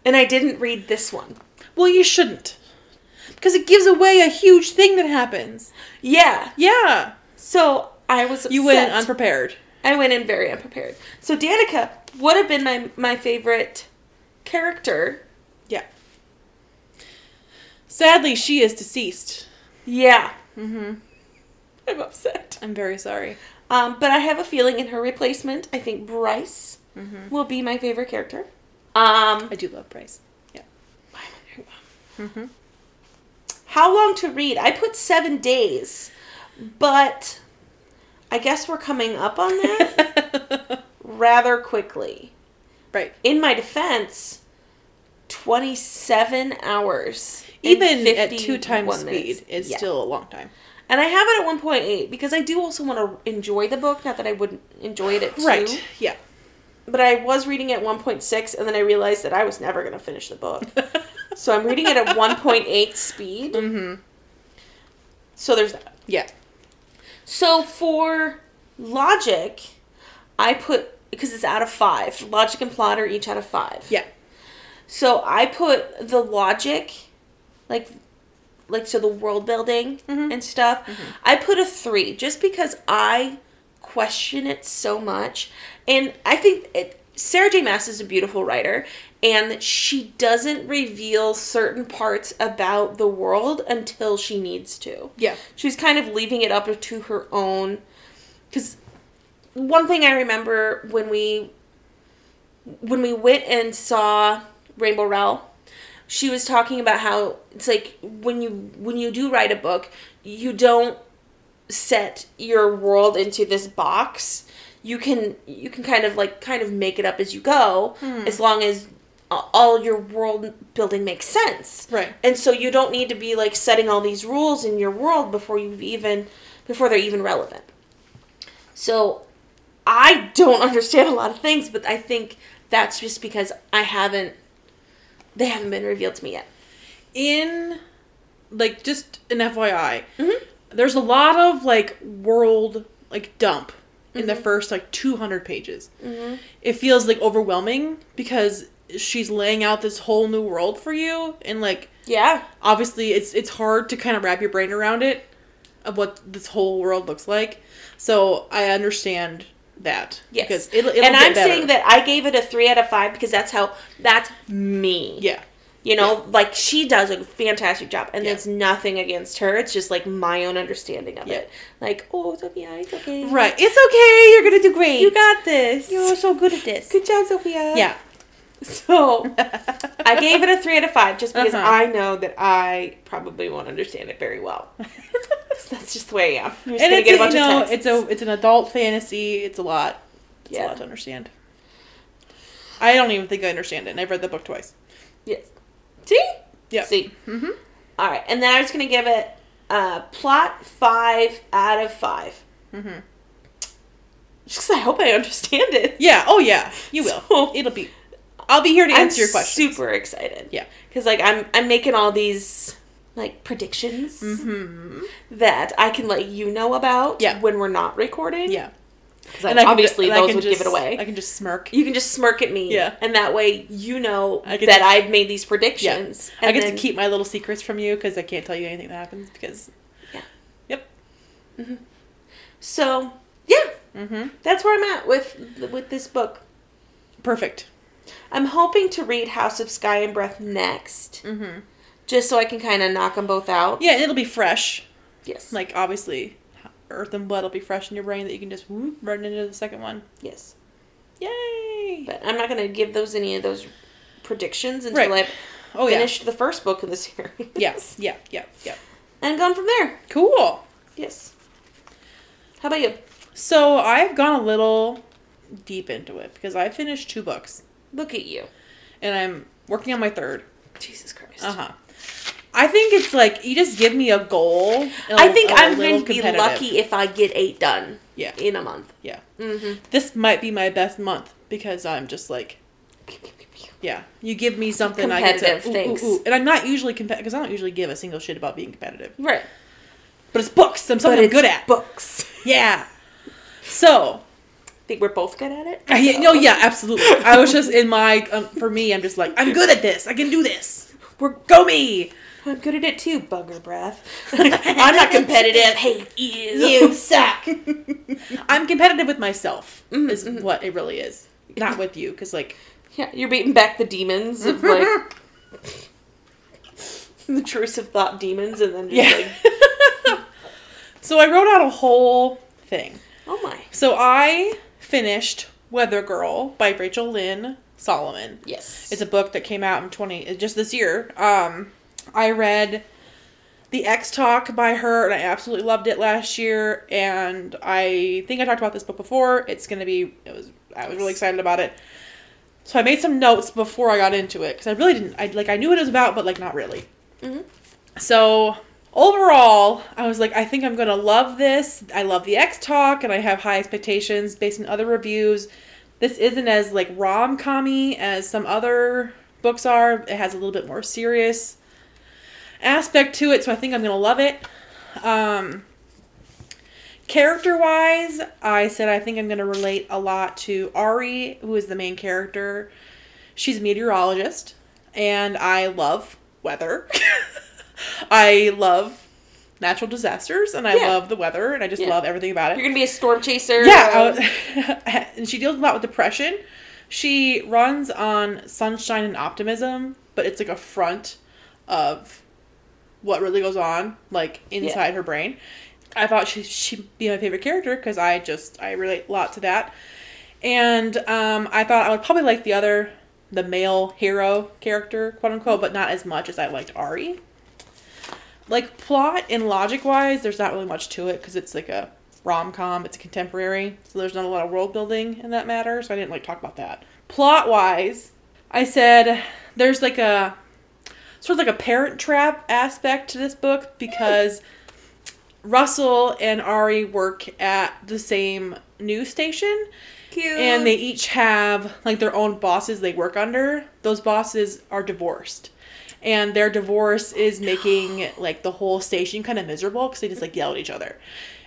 B: and I didn't read this one.
A: Well, you shouldn't, because it gives away a huge thing that happens.
B: Yeah.
A: Yeah.
B: So I was
A: You went in
B: upset.
A: unprepared.
B: I went in very unprepared. So Danica would have been my my favorite character.
A: Yeah. Sadly, she is deceased.
B: Yeah.
A: Mm-hmm.
B: I'm upset.
A: I'm very sorry.
B: Um, but I have a feeling in her replacement, I think Bryce
A: Mm-hmm.
B: will be my favorite character. Um,
A: I do love Bryce. Yeah. [laughs] Mm-hmm.
B: how long to read? I put seven days, but I guess we're coming up on that
A: [laughs]
B: rather quickly.
A: right.
B: In my defense, 27 hours. and
A: Even at
B: 51
A: two times
B: minutes.
A: speed, it's
B: Yeah.
A: still a long time.
B: And I have it at 1.8 because I do also want to enjoy the book. Not that I wouldn't enjoy it at 2.
A: Right. Yeah. [laughs]
B: But I was reading at 1.6 and then I realized that I was never going to finish
A: [laughs]
B: the book. so I'm reading it at 1.8 speed.
A: Mm-hmm.
B: So there's that.
A: Yeah.
B: So for logic, I put because it's out of 5. Logic and plot are each out of 5.
A: Yeah.
B: So I put the logic like like so the world building
A: Mhm.
B: and stuff. I put a 3 just because I question it so much and I think it, Sarah J Maas is a beautiful writer and she doesn't reveal certain parts about the world until she needs to.
A: Yeah.
B: She's kind of leaving it up to her own cuz one thing I remember when we when we went and saw Rainbow Rowell, she was talking about how it's like when you when you do write a book, you don't set your world into this box. You can you can kind of like kind of make it up as you go, as long as a- all your world building makes sense.
A: Right.
B: And so you don't need to be like setting all these rules in your world before you even before they're even relevant. So I don't understand a lot of things, but I think that's just because I haven't they haven't been revealed to me yet.
A: In, like, just an FYI,
B: Mhm.
A: there's a lot of like world like dump in the first like 200 pages. It feels like overwhelming because she's laying out this whole new world for you and like
B: Yeah.
A: obviously it's it's hard to kind of wrap your brain around it of what this whole world looks like. So I understand that
B: Yes.
A: because it'll, it'll
B: and
A: get
B: I'm
A: better.
B: saying that I gave it a three out of five because that's how that's me.
A: yeah
B: You know, like she does a fantastic job, and it's nothing against her. It's just like my own understanding of
A: Yeah.
B: it. Like, oh, Sophia, it's okay.
A: Right. It's okay. You're gonna do great.
B: You got this.
A: You're so good at this.
B: Good job, Sophia.
A: Yeah.
B: So
A: [laughs]
B: I gave it a three out of five just because
A: Uh-huh.
B: I know that I probably won't understand it very well.
A: [laughs]
B: So that's just the way I am. You're
A: and
B: just gonna
A: it's
B: get a
A: a,
B: bunch
A: you know,
B: of texts.
A: it's a it's an adult fantasy. It's a lot. It's
B: Yeah.
A: a lot to understand. I don't even think I understand it. And I've read the book twice.
B: Yes. See?
A: Yeah.
B: See.
A: Mm-hmm.
B: All right. And then I was going to give it uh, plot five out of five.
A: Mm-hmm.
B: Just 'cause I hope I understand it.
A: Yeah. Oh yeah. You will.
B: So-
A: It'll be. I'll be here to answer your question.
B: super excited.
A: Yeah.
B: Because, like, I'm, I'm making all these, like, predictions Hmm.
A: Mm-hmm.
B: that I can let you know about
A: Yeah.
B: when we're not recording.
A: Yeah.
B: 'Cause I- obviously,
A: and I
B: those
A: can
B: would
A: just,
B: give it away.
A: I can just smirk.
B: you can just smirk at me.
A: Yeah.
B: And that way you know
A: I
B: that
A: get to-
B: I've made these predictions. And
A: I get
B: then-
A: to keep my little secrets from you because I can't tell you anything that happens because.
B: Yeah.
A: Yep.
B: So, yeah,
A: Mm-hmm.
B: that's where I'm at with with this book.
A: Perfect.
B: I'm hoping to read House of Sky and Breath next,
A: Mm-hmm.
B: just so I can kind of knock them both out.
A: Yeah, and it'll be fresh.
B: Yes.
A: Like obviously, Earth and Blood will be fresh in your brain that you can just whoop, run into the second one.
B: yes.
A: Yay!
B: But I'm not going to give those any of those predictions until
A: Right.
B: I've
A: oh yeah,
B: finished the first book of the [laughs] series.
A: yeah, yeah, yeah, yeah.
B: And gone from there.
A: Cool.
B: Yes. How about you?
A: So I've gone a little deep into it because I finished two books
B: Look at you.
A: and I'm working on my third.
B: Jesus Christ.
A: Uh huh. I think it's like you just give me a goal. and
B: I think
A: a
B: I'm going
A: little
B: to be
A: competitive.
B: lucky if I get eight done
A: Yeah,
B: in a month.
A: yeah.
B: Mm-hmm.
A: This might be my best month because I'm just like Yeah, you give me something. I get to,
B: Competitive things.
A: Ooh, ooh, ooh. And I'm not usually competitive because I don't usually give a single shit about being competitive.
B: Right.
A: But it's books. I'm something I'm
B: it's
A: good at.
B: books. [laughs]
A: yeah. So,
B: I think we're both good at it.
A: I, no, [laughs] yeah, absolutely. I was just in my. Um, for me, I'm just like I'm good at this. I can do this.
B: We're
A: Go me.
B: I'm good at it too, bugger [laughs] breath. I'm not competitive. Hey,
A: [laughs]
B: you.
A: suck. I'm competitive with myself.
B: Mhm,
A: Is what it really is. Not with you, because like
B: Yeah, you're beating back the demons of [laughs] like the intrusive thought demons, and then just
A: yeah.
B: like,
A: [laughs] so I wrote out a whole thing.
B: oh my.
A: So I finished Weather Girl by Rachel Lynn Solomon.
B: Yes.
A: It's a book that came out in 20 just this year. Um I read The X Talk by her and I absolutely loved it last year and I think I talked about this book before. It's going to be it was I was really excited about it. So I made some notes before I got into it cuz I really didn't I like I knew what it was about but like not really.
B: Mhm.
A: So overall, I was like, I think I'm gonna love this. I love the X Talk, and I have high expectations based on other reviews. This isn't as like rom commy as some other books are. It has a little bit more serious aspect to it, so I think I'm gonna love it. Um, character wise, I said I think I'm gonna relate a lot to Ari, who is the main character. She's a meteorologist, and I love weather. [laughs] I love natural disasters, and I
B: Yeah.
A: love the weather, and I just
B: Yeah.
A: love everything about it.
B: you're gonna be a storm chaser. um,
A: Yeah, I was- [laughs] and she deals a lot with depression. She runs on sunshine and optimism, but it's like a front of what really goes on, like inside her brain. I thought she she'd be my favorite character because I just I relate a lot to that, and um, I thought I would probably like the other the male hero character, quote unquote, but not as much as I liked Ari. Like plot and logic wise, there's not really much to it because it's like a rom com. It's a contemporary, so there's not a lot of world building in that matter. So I didn't like talk about that. Plot wise, I said there's like a sort of like a parent trap aspect to this book because Russell and Ari work at the same news station
B: cute.
A: and they each have like their own bosses they work under. Those bosses are divorced. And their divorce is making like the whole station kind of miserable because they just like yell at each other.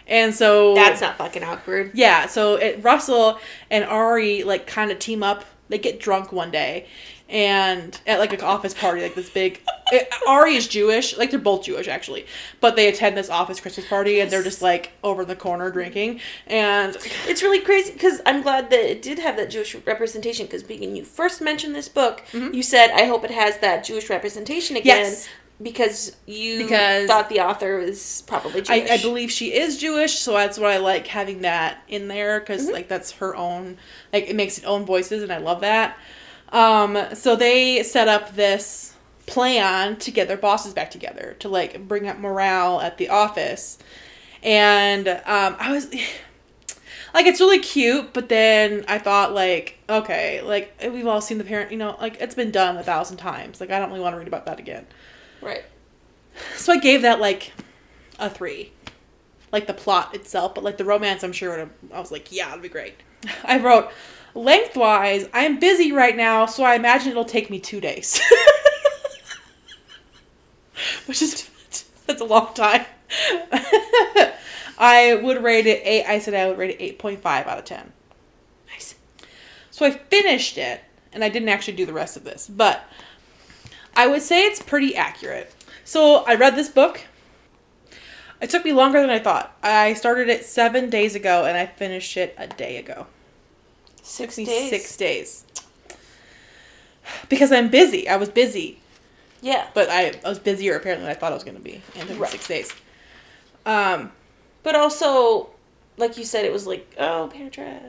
A: And so
B: that's not fucking awkward.
A: yeah, so it, Russell and Ari like kind of team up. They get drunk one day, and at like an office party, like this big. It, Ari is Jewish, like they're both Jewish actually, but they attend this office Christmas party and they're just like over in the corner drinking. And
B: It's really crazy because I'm glad that it did have that Jewish representation. Because Megan, you first mentioned this book, you said, "I hope it has that Jewish representation again."
A: Yes.
B: Because you
A: Because-
B: thought the author was probably Jewish.
A: I, I believe she is Jewish, so that's why I like having that in there because like that's her own like it makes its own voices, and I love that. Um, so they set up this plan to get their bosses back together to like bring up morale at the office, and um, I was. [sighs] Like it's really cute, but then I thought like, okay, like we've all seen the parent, you know, like it's been done a thousand times. Like I don't really want to read about that again.
B: Right.
A: So I gave that like a three, like the plot itself, but like the romance, I'm sure. would've- I was like, yeah, it'll be great. [laughs] I wrote lengthwise. I'm busy right now, so I imagine it'll take me two days, [laughs] which is [laughs] that's a long time. [laughs] I would rate it eight. I said I would rate it eight point five out of ten.
B: Nice.
A: So I finished it, and I didn't actually do the rest of this, but I would say it's pretty accurate. So I read this book. It took me longer than I thought. I started it seven days ago, and I finished it a day ago.
B: Six
A: Took me Six days. Because I'm busy. I was busy,
B: Yeah.
A: but I, I was busier apparently than I thought I was going to be. And it took me
B: Right.
A: six days. Um,
B: But also, like you said, it was like, oh, parent trap.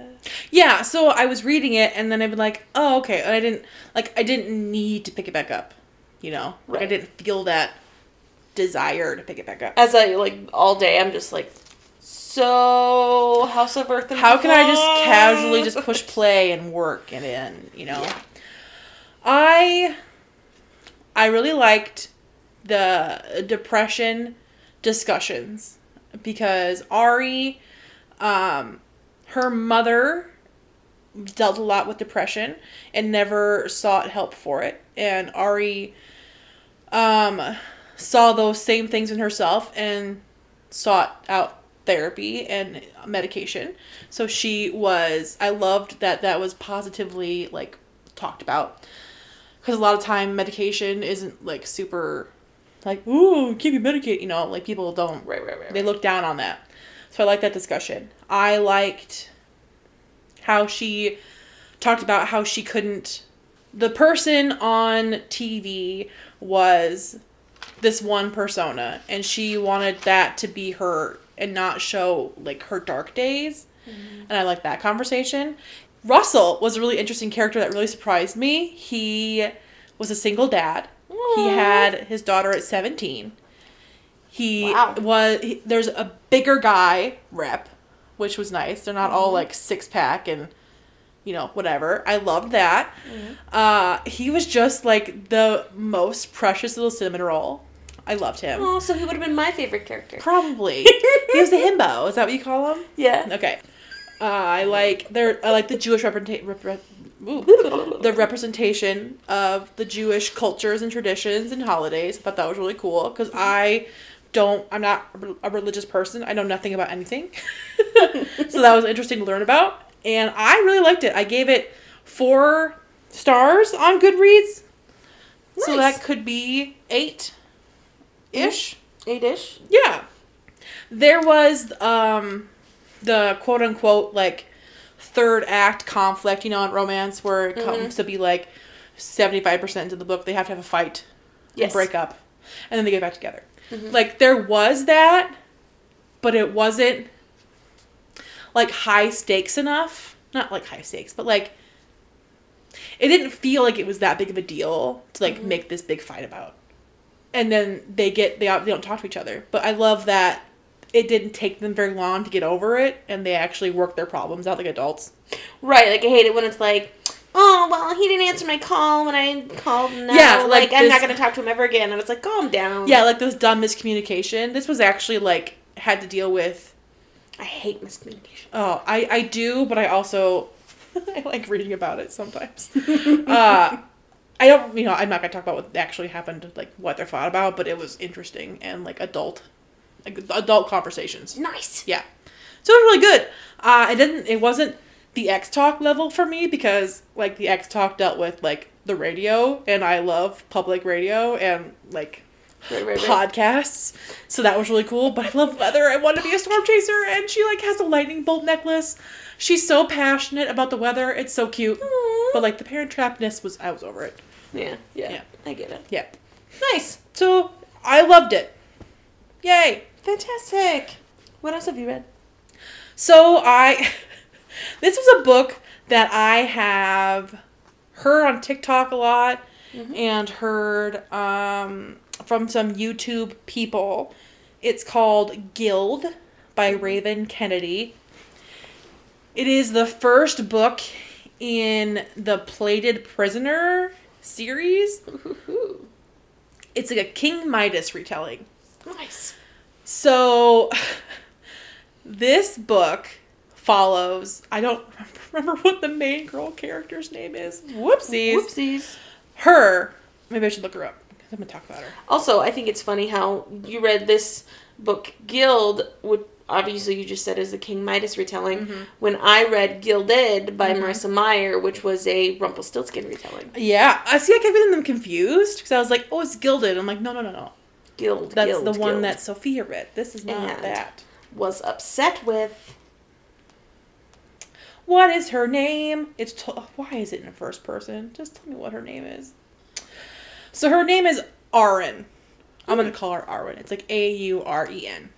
A: Yeah, so I was reading it and then I'd be like, oh, okay. And I didn't like I didn't need to pick it back up. You know? Like I
B: Right.
A: didn't feel that desire to pick it back up.
B: As I like all day, I'm just like, so House of Earth. And
A: How can I just
B: Blood?
A: casually just push play and work and in, you know?
B: Yeah.
A: I I really liked the depression discussions because Ari um her mother dealt a lot with depression and never sought help for it and Ari um saw those same things in herself and sought out therapy and medication. So she was I loved that that was positively like talked about cuz a lot of time medication isn't like super like ooh, keep you medicated, you know, like people don't
B: Right, right, right.
A: they
B: right.
A: look down on that. So I like that discussion. I liked how she talked about how she couldn't. The person on TV was this one persona, and she wanted that to be her and not show like her dark days. And I like that conversation. Russell was a really interesting character that really surprised me. He was a single dad. He
B: Aw.
A: had his daughter at 17. He
B: Wow.
A: was he, there's a bigger guy rep, which was nice. They're not
B: Mm-hmm.
A: all like six pack and you know whatever. I loved that.
B: Mm-hmm.
A: Uh, he was just like the most precious little cinnamon roll. I loved him.
B: Oh, so he would have been my favorite character. [laughs]
A: Probably he was a himbo. Is that what you call him?
B: Yeah.
A: Okay. Uh, I like there. I like the Jewish represent- rep- rep- ooh, the representation of the Jewish cultures and traditions and holidays. I thought that was really cool because I don't. I'm not a re- a religious person. I know nothing about anything, [laughs] so that was interesting to learn about. And I really liked it. I gave it four stars on Goodreads, so
B: Nice.
A: that could be eight ish.
B: Eight-ish.
A: Yeah. There was um the quote unquote like third act conflict, you know, in romance where it comes to be like 75% into the book they have to have a fight, and
B: Yes.
A: break up, and then they get back together. Like there was that, but it wasn't like high stakes enough. Not like high stakes, but like it didn't feel like it was that big of a deal to like make this big fight about and then they get they, they don't talk to each other but i love that it didn't take them very long to get over it and they actually work their problems out like adults
B: Right, like I hate it when it's like, oh well, he didn't answer my call when I called. Now.
A: Yeah, like
B: like, I'm
A: this-
B: not gonna talk to him ever again. And it's like, calm down.
A: yeah like those dumb miscommunication this was actually like had to deal with
B: I hate miscommunication.
A: oh i i do but i also [laughs] i like reading about it sometimes uh i don't you know i'm not gonna talk about what actually happened like what they're fought about but it was interesting and like adult like adult conversations
B: Nice.
A: Yeah. So it was really good. Uh, it didn't. It wasn't the X Talk level for me because like the X Talk dealt with like the radio and I love public radio and like
B: Right, right, right.
A: podcasts. So that was really cool. But I love weather. I want to be a storm chaser and she like has a lightning bolt necklace. She's so passionate about the weather. It's so cute.
B: Aw.
A: But like the parent trapness was I was over it.
B: yeah, yeah,
A: Yeah.
B: I
A: [laughs]
B: get it.
A: Yeah.
B: Nice.
A: So I loved it. Yay.
B: Fantastic. What else have you read?
A: So I [laughs] this was a book that I have heard on TikTok a lot
B: Mm-hmm.
A: and heard um, from some YouTube people. It's called Guild by
B: Mm-hmm.
A: Raven Kennedy. It is the first book in the Plated Prisoner series.
B: Ooh,
A: It's like a King Midas retelling.
B: nice.
A: So, [laughs] this book follows. I don't [laughs] remember what the main girl character's name is. Whoopsies.
B: Whoopsies.
A: Her. Maybe I should look her up because I'm gonna talk about her.
B: Also, I think it's funny how you read this book, Guild, which obviously you just said is the King Midas retelling,
A: Mm-hmm.
B: when I read Gilded by Marissa Meyer, which was a Rumpelstiltskin retelling.
A: Yeah, I see. I kept getting them confused because I was like, "Oh, it's Gilded." I'm like, "No, no, no, no.
B: Guild,
A: That's
B: Guild,
A: the one
B: Guild
A: that Sophia read. This is not
B: And-
A: that."
B: was upset with.
A: What is her name? It's t- why is it in first person? Just tell me what her name is. So her name is Arin. I'm gonna call her Arwen. It's like A U R E N.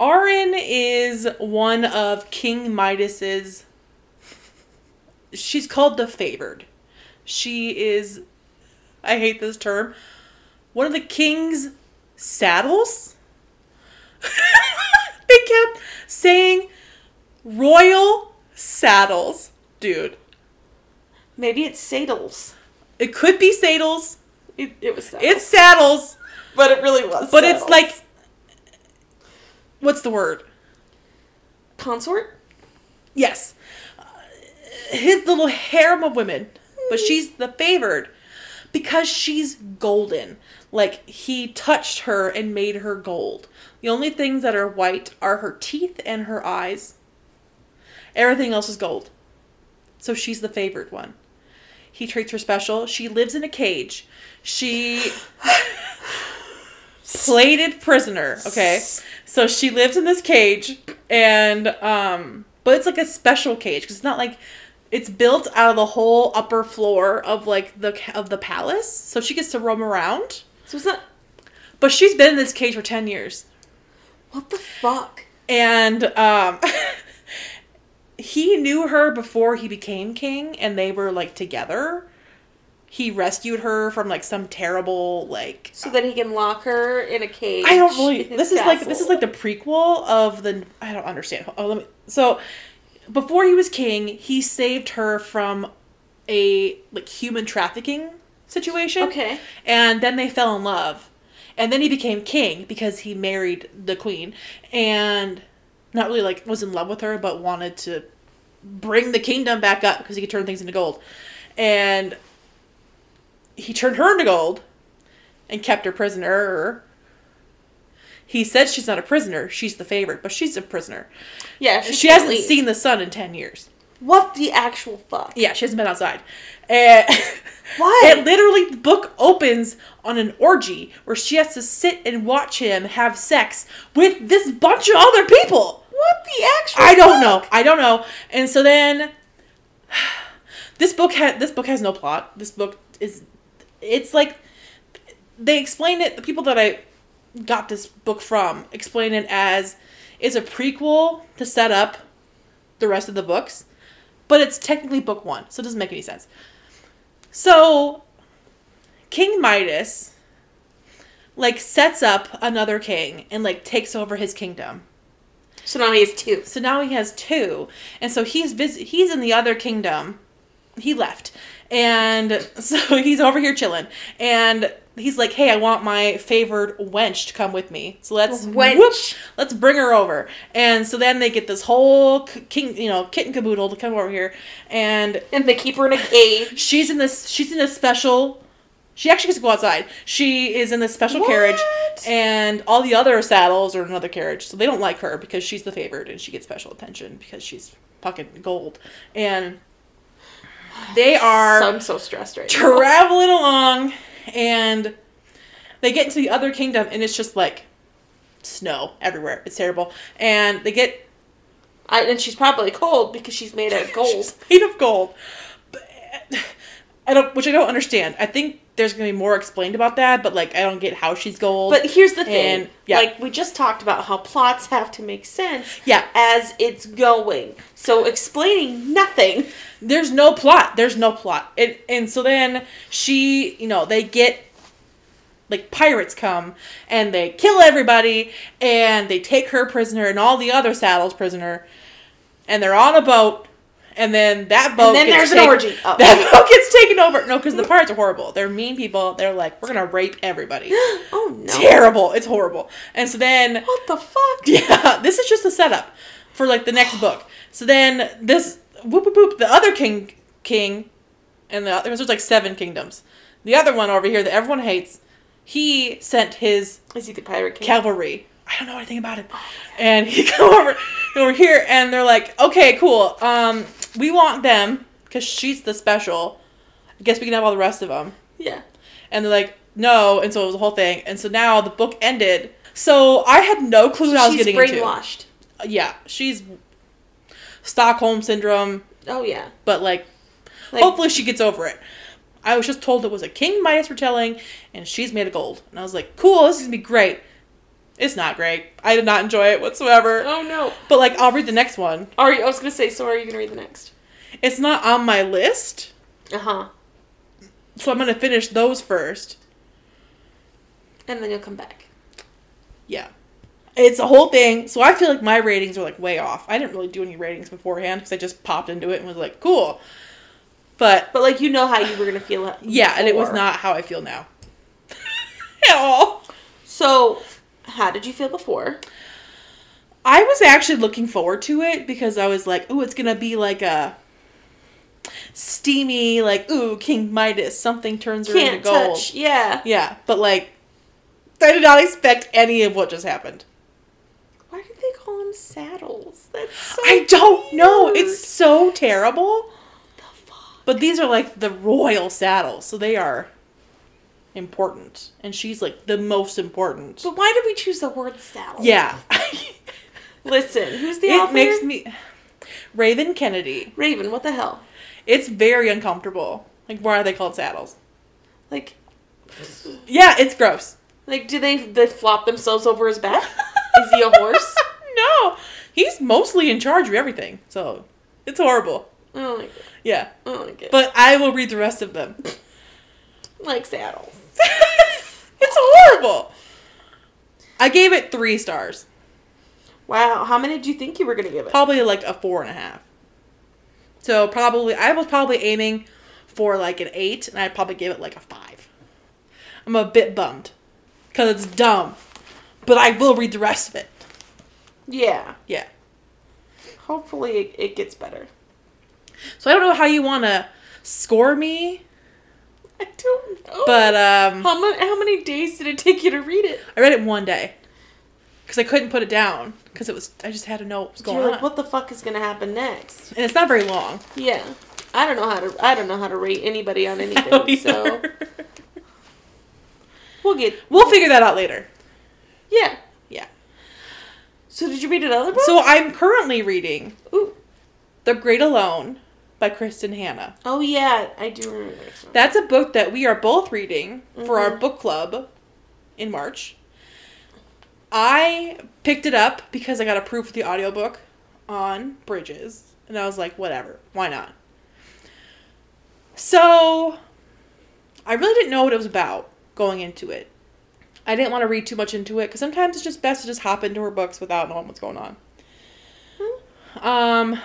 A: Arin is one of King Midas's. She's called the favored. She is. I hate this term. One of the king's saddles. [laughs] they kept saying royal saddles, dude.
B: Maybe it's Sadles.
A: It could be saddles.
B: It, it was Saddles.
A: It's saddles,
B: but it really was.
A: but
B: Saddles.
A: it's like, what's the word?
B: consort.
A: Yes. Uh, His little harem of women. But she's the favored because she's golden. Like, he touched her and made her gold. The only things that are white are her teeth and her eyes. Everything else is gold. So she's the favored one. He treats her special. She lives in a cage. She. plated prisoner, okay? So she lives in this cage, and um, but it's like a special cage because it's not like it's built out of the whole upper floor of like the ca- of the palace, so she gets to roam around.
B: So it's not.
A: But she's been in this cage for ten years,
B: What the fuck?
A: and um, [laughs] he knew her before he became king, and they were like together. He rescued her from like some terrible like
B: So that he can lock her in a cage.
A: I don't really.
B: in his
A: This is like this
B: castle.
A: is like the prequel of the. I don't understand. Oh, let me. So, before he was king, he saved her from a like human trafficking situation.
B: Okay.
A: And then they fell in love, and then he became king because he married the queen, and not really like was in love with her, but wanted to bring the kingdom back up because he could turn things into gold, and he turned her into gold, and kept her prisoner. He said she's not a prisoner; she's the favorite, but she's a prisoner.
B: Yeah,
A: She,
B: can't
A: hasn't
B: leave.
A: seen the sun in ten years.
B: What the actual fuck?
A: Yeah, she hasn't been outside. Eh, And [laughs]
B: What?
A: It literally the book opens on an orgy where she has to sit and watch him have sex with this bunch of other people.
B: What the actual?
A: I don't know. I don't know. And so then [sighs] this book had this book has no plot. This book is it's like they explain it the people that I got this book from explain it as it's a prequel to set up the rest of the books, but it's technically book 1, so it doesn't make any sense. So King Midas like sets up another king and like takes over his kingdom.
B: So now he has two.
A: So now he has two, and so he's vis- he's in the other kingdom. He left, and [laughs] so he's over here chilling, and he's like, "Hey, I want my favored wench to come with me. So let's
B: Wench.
A: let's bring her over." And so then they get this whole k- king, you know, kitten caboodle to come over here, and
B: And they keep her in
A: [laughs]
B: a cage.
A: she's in this she's in a special she actually gets to go outside she is in this special
B: What?
A: carriage and all the other saddles are in another carriage so they don't like her because she's the favorite and she gets special attention because she's fucking gold. And they are
B: I'm so stressed right now.
A: traveling along and they get into the other kingdom and it's just like snow everywhere. It's terrible. And they get
B: I, and she's probably cold because she's made out of gold.
A: [laughs] She's made of gold. But- I don't, which I don't understand. I think there's gonna be more explained about that, but like I don't get how she's gold.
B: But here's the thing.
A: And- yeah.
B: Like we just talked about how plots have to make sense
A: yeah,
B: as it's going. So explaining nothing. [gasps]
A: there's no plot. There's no plot. It, and so then she, you know, they get like pirates come and they kill everybody and they take her prisoner and all the other saddles prisoner and they're on a boat and then that boat
B: And then
A: gets
B: there's an
A: taken-
B: orgy. Oh.
A: [laughs] that boat gets taken over no because the pirates are horrible they're mean people they're like we're gonna rape
B: [gasps]
A: everybody [laughs]
B: Oh no.
A: terrible it's horrible and so then
B: What the fuck?
A: yeah, this is just a setup for like the next book. So then this whoop whoop whoop the other king king, and the other there's like seven kingdoms. The other one over here that everyone hates, he sent his
B: Is he the pirate king?
A: cavalry. I don't know anything about it. And he [laughs] come over over here and they're like, okay, cool. Um, we want them because she's the special. I guess we can have all the rest of them
B: yeah.
A: and they're like no and so it was a whole thing and so now the book ended so i had no clue what i was
B: she's
A: getting into
B: brainwashed.
A: yeah she's stockholm syndrome
B: Oh yeah.
A: but like,
B: Like,
A: hopefully she gets over it i was just told it was a king midas retelling and she's made of gold and i was like cool this is gonna be great it's not great i did not enjoy it whatsoever
B: Oh no.
A: but like i'll read the next one
B: Are you, I was gonna say. So are you gonna read the next?
A: it's not on my list
B: Uh huh.
A: so i'm gonna finish those first
B: And then you'll come back.
A: Yeah. It's a whole thing. So I feel like my ratings were like way off. I didn't really do any ratings beforehand because I just popped into it and was like, cool. But
B: But like you know how you were gonna feel. it
A: yeah, and it was
B: before.
A: not how I feel now [laughs] at all.
B: So how did you feel before?
A: I was actually looking forward to it because I was like, ooh, it's going to be like a steamy, like, ooh, King Midas, something turns her
B: Can't
A: into gold.
B: touch. Yeah.
A: Yeah, but like, I did not expect any of what just happened.
B: Why did they call them saddles? That's so.
A: I don't know.
B: weird.
A: It's so terrible.
B: the fuck.
A: But these are like the royal saddles, so they are important. And she's like the most important.
B: But why did we choose the word saddle? [laughs]
A: Yeah. [laughs]
B: Listen, who's the
A: it
B: author?
A: makes me Raven Kennedy.
B: Raven. What the hell?
A: It's very uncomfortable. Like why are they called saddles?
B: Like,
A: Yeah, it's gross.
B: like, do they they flop themselves over
A: [laughs]
B: his back? [laughs] Is he a horse?
A: no. He's mostly in charge of everything. So it's horrible.
B: I don't like it.
A: Yeah.
B: I don't like it.
A: But I will read the rest of them.
B: like saddles.
A: [laughs] it's horrible. I gave it three stars.
B: Wow. How many did you think you were gonna give it?
A: probably like a four and a half. So probably I was probably aiming for like an eight, and I probably gave it like a five. I'm a bit bummed because it's dumb, but I will read the rest of it.
B: Yeah.
A: Yeah.
B: Hopefully, it, it gets better.
A: So I don't know how you want to score me,
B: I don't know.
A: but um,
B: how many how many days did it take you to read it?
A: I read it in one day because I couldn't put it down because it was I just had to know what was going
B: You're
A: on,
B: like, what the fuck is gonna happen next?
A: and it's not very long.
B: Yeah. I don't know how to I don't know how to rate anybody
A: [laughs]
B: on
A: I don't
B: anything. So
A: either.
B: we'll get
A: we'll figure that out later.
B: yeah.
A: Yeah.
B: So did you read another book?
A: So uh, I'm currently reading
B: Ooh.
A: The Great Alone by Kristen Hanna.
B: Oh yeah, I do remember this one.
A: That's a book that we are both reading for our
B: Mhm.
A: book club in March. I picked it up because I got approved for the audiobook on Bridges. And I was like, whatever, why not? So I really didn't know what it was about going into it. I didn't want to read too much into it because sometimes it's just best to just hop into her books without knowing what's going on.
B: Hmm.
A: Um,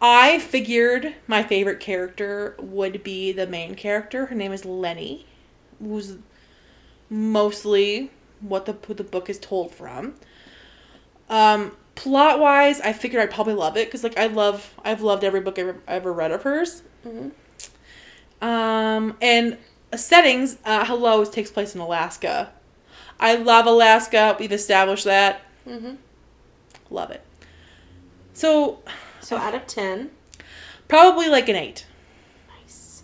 A: I figured my favorite character would be the main character. Her name is Lenny, who's mostly what the what the book is told from. Um, plot wise, I figured I'd probably love it because like I love I've loved every book I've ever, ever read of hers.
B: Mhm.
A: Um, and settings, uh, Hello takes place in Alaska. I love Alaska. We've established that.
B: Mhm.
A: Love it. So
B: So out of 10.
A: probably like an eight.
B: Nice.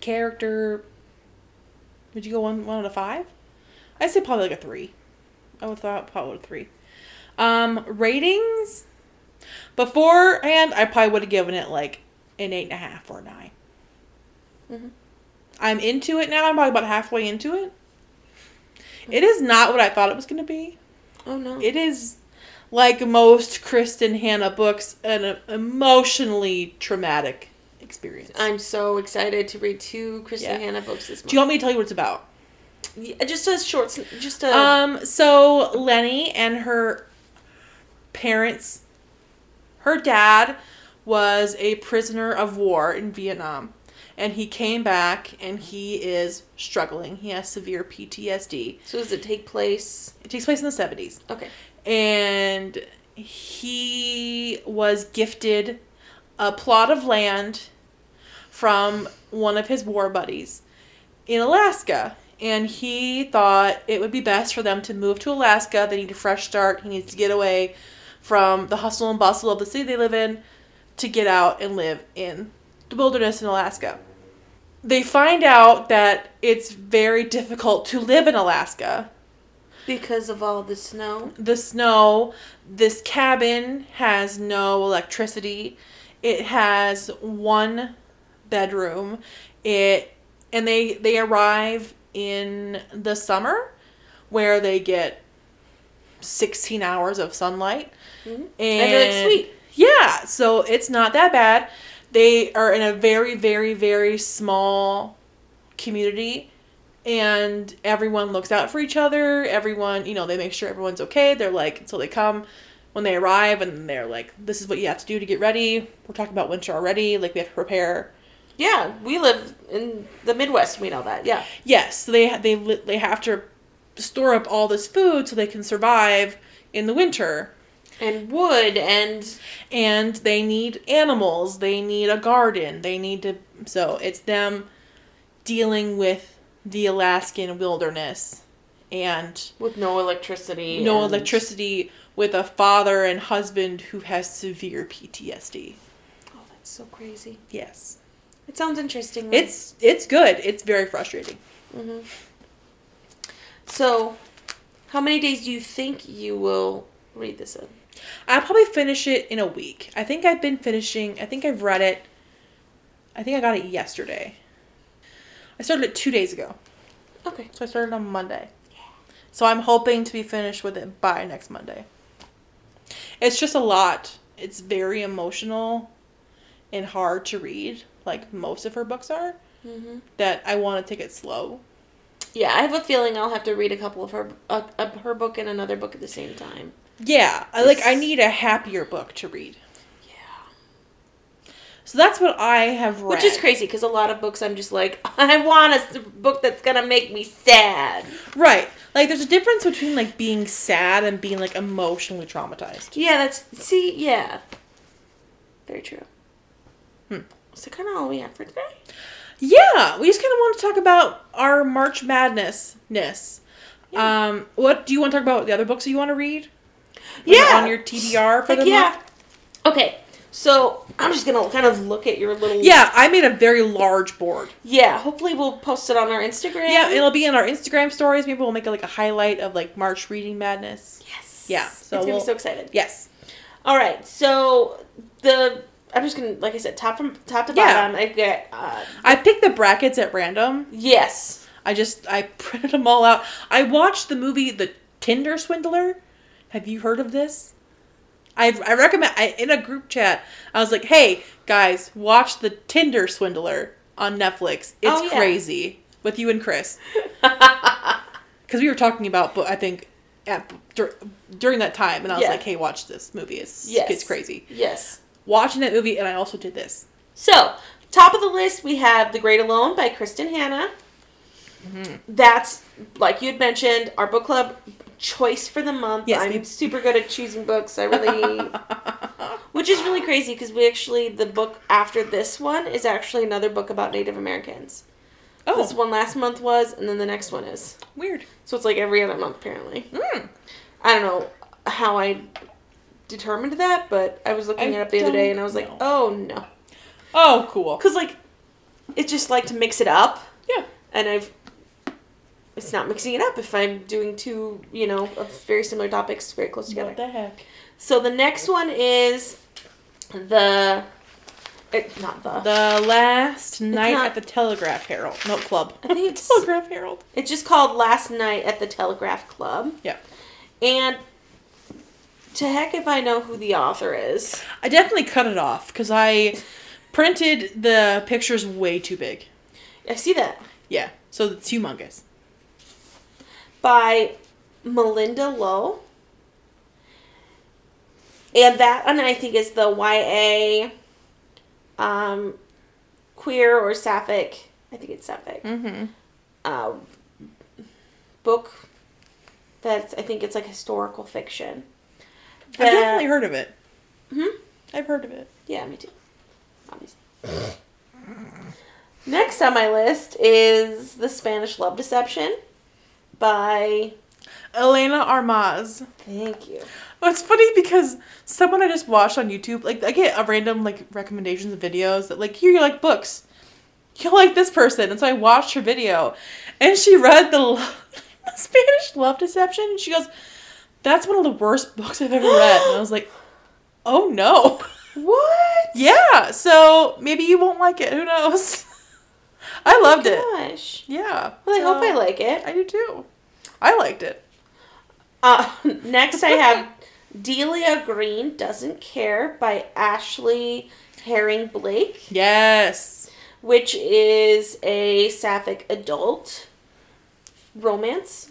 A: Character. Would you go one one out of five? I'd say probably like a three. I would thought probably a three. Um, ratings. Beforehand, I probably would have given it like an eight and a half or a 9 i
B: Mhm.
A: I'm into it now. I'm probably about halfway into it. It is not what I thought it was going to be.
B: Oh no.
A: It is like most Kristen Hannah books, an emotionally traumatic experience.
B: I'm so excited to read two Kristen
A: Yeah.
B: Hannah books this month.
A: Do you want me to tell you what it's about?
B: Yeah, just a short, sn- just a.
A: Um, so Lenny and her parents, her dad was a prisoner of war in Vietnam. And he came back and he is struggling. He has severe PTSD.
B: so does it take place?
A: It takes place in the 70s.
B: Okay.
A: and he was gifted a plot of land from one of his war buddies in Alaska. And he thought it would be best for them to move to Alaska. They need a fresh start. He needs to get away from the hustle and bustle of the city they live in to get out and live in the wilderness in Alaska. They find out that it's very difficult to live in Alaska
B: Because of all the snow.
A: the snow. This cabin has no electricity. It has one bedroom. It and they they arrive in the summer where they get 16 hours of sunlight.
B: Mhm.
A: And,
B: And they're like, sweet.
A: Yeah, so it's not that bad. They are in a very very very small community and everyone looks out for each other everyone you know they make sure everyone's okay they're like so they come when they arrive and they're like this is what you have to do to get ready we're talking about winter already like we have to prepare
B: Yeah, we live in the Midwest. We know that. Yeah.
A: yes so they they li- they have to store up all this food so they can survive in the winter
B: And wood and
A: and they need animals they need a garden they need to so it's them dealing with the alaskan wilderness and
B: with no electricity.
A: no
B: and-
A: electricity with a father and husband who has severe PTSD.
B: Oh, that's so crazy.
A: Yes.
B: It sounds interesting. though.
A: It's it's good. It's very frustrating.
B: Mm-hmm. so. How many days do you think you will read this in?
A: I'll probably finish it in a week. I think I've been finishing I think I've read it I think I got it yesterday. I started it 2 days ago.
B: Okay.
A: So I started on Monday. So I'm hoping to be finished with it by next Monday. It's just a lot. It's very emotional and hard to read like most of her books are.
B: hmm
A: that I want to take it slow.
B: Yeah, I have a feeling I'll have to read a couple of her uh, uh, her book and another book at the same time.
A: Yeah, I like I need a happier book to read.
B: Yeah.
A: So that's what I have read.
B: Which is crazy because a lot of books I'm just like [laughs] I want a s- book that's gonna make me sad.
A: Right. Like there's a difference between like being sad and being like emotionally traumatized.
B: Yeah, that's see, yeah. Very true.
A: Hmm.
B: So kind of all we have for today.
A: Yeah, we just kind of want to talk about our March Madnessness.
B: Yeah.
A: Um what do you want to talk about the other books that you want to read? Like,
B: Yeah.
A: On your TBR for
B: Heck
A: the
B: yeah.
A: month?
B: Okay, so I'm just gonna kind of look at your little
A: Yeah, I made a very large board.
B: yeah. Hopefully we'll post it on our Instagram.
A: Yeah, it'll be in our Instagram stories. Maybe we'll make it like a highlight of like March reading madness.
B: yes.
A: Yeah, so
B: it's gonna
A: we'll-
B: be so excited.
A: Yes.
B: All right, so the I'm just gonna like I said top from top to
A: Yeah.
B: bottom. I get uh,
A: I picked the brackets at random.
B: yes.
A: I just I [laughs] printed them all out. I watched the movie The Tinder Swindler. Have you heard of this? I I recommend I, in a group chat. I was like, "Hey guys, watch The Tinder Swindler on Netflix. It's
B: Oh, yeah.
A: crazy with you and
B: [laughs]
A: Chris." Cuz we were talking about but I think at dur- during that time and I was
B: Yeah.
A: like, "Hey, watch this movie. It's
B: Yes.
A: it's crazy."
B: yes.
A: Watching that movie and I also did this.
B: So, top of the list, we have The Great Alone by Kristen Hanna.
A: Mm-hmm.
B: That's, like you had mentioned, our book club choice for the month.
A: Yes,
B: I'm
A: babe.
B: super good at choosing books.
A: [laughs]
B: I really, which is really crazy because we actually, the book after this one is actually another book about Native Americans. This
A: oh,
B: one last month was, and then the next one is.
A: weird. Hmm.
B: So it's like every other month, apparently.
A: Mm.
B: I don't know how I determined that, but I was looking
A: I
B: it up the other day
A: don't
B: and I was like,
A: know.
B: oh no.
A: Oh, cool.
B: Because, like, it's just like to mix it up,
A: Yeah.
B: and I've. It's not mixing it up if I'm doing two, you know, of very similar topics very close together.
A: What the heck?
B: So the next one is the. It, not the.
A: The last night
B: not-
A: at the Telegraph Herald. No, [laughs] Club.
B: I think it's-
A: Telegraph Herald.
B: It's just called Last Night at the Telegraph Club.
A: Yeah.
B: And to heck if I know who the author is.
A: I definitely cut it off because I printed the pictures way too big.
B: I see that.
A: Yeah. So it's humongous.
B: By Melinda Lowe. And that one I think is the YA um, queer or sapphic. I think it's sapphic.
A: Mm-hmm.
B: uh, book that's I think it's like historical fiction.
A: I've definitely heard of it.
B: Mhm.
A: I've heard of it.
B: Yeah, me too. Obviously. Next on my list is The Spanish Love Deception by
A: Elena Armas.
B: Thank you.
A: Oh, it's funny because someone I just watched on YouTube, like I get a random like recommendations of videos that like here you like books, you like this person, and so I watched her video, and she read the, lo- [laughs] the Spanish Love Deception, and she goes, "That's one of the worst books I've ever read," and I was like, "Oh
B: [laughs]
A: no."
B: What?
A: Yeah, so maybe you won't like it. Who knows? [laughs] I loved it.
B: Gosh.
A: Yeah.
B: Oh Well, I hope I
A: So,
B: like it.
A: I do too. I liked it.
B: Uh, [laughs] next, I have Delia Green Doesn't Care by Ashley Herring Blake.
A: Yes.
B: which is a sapphic adult romance,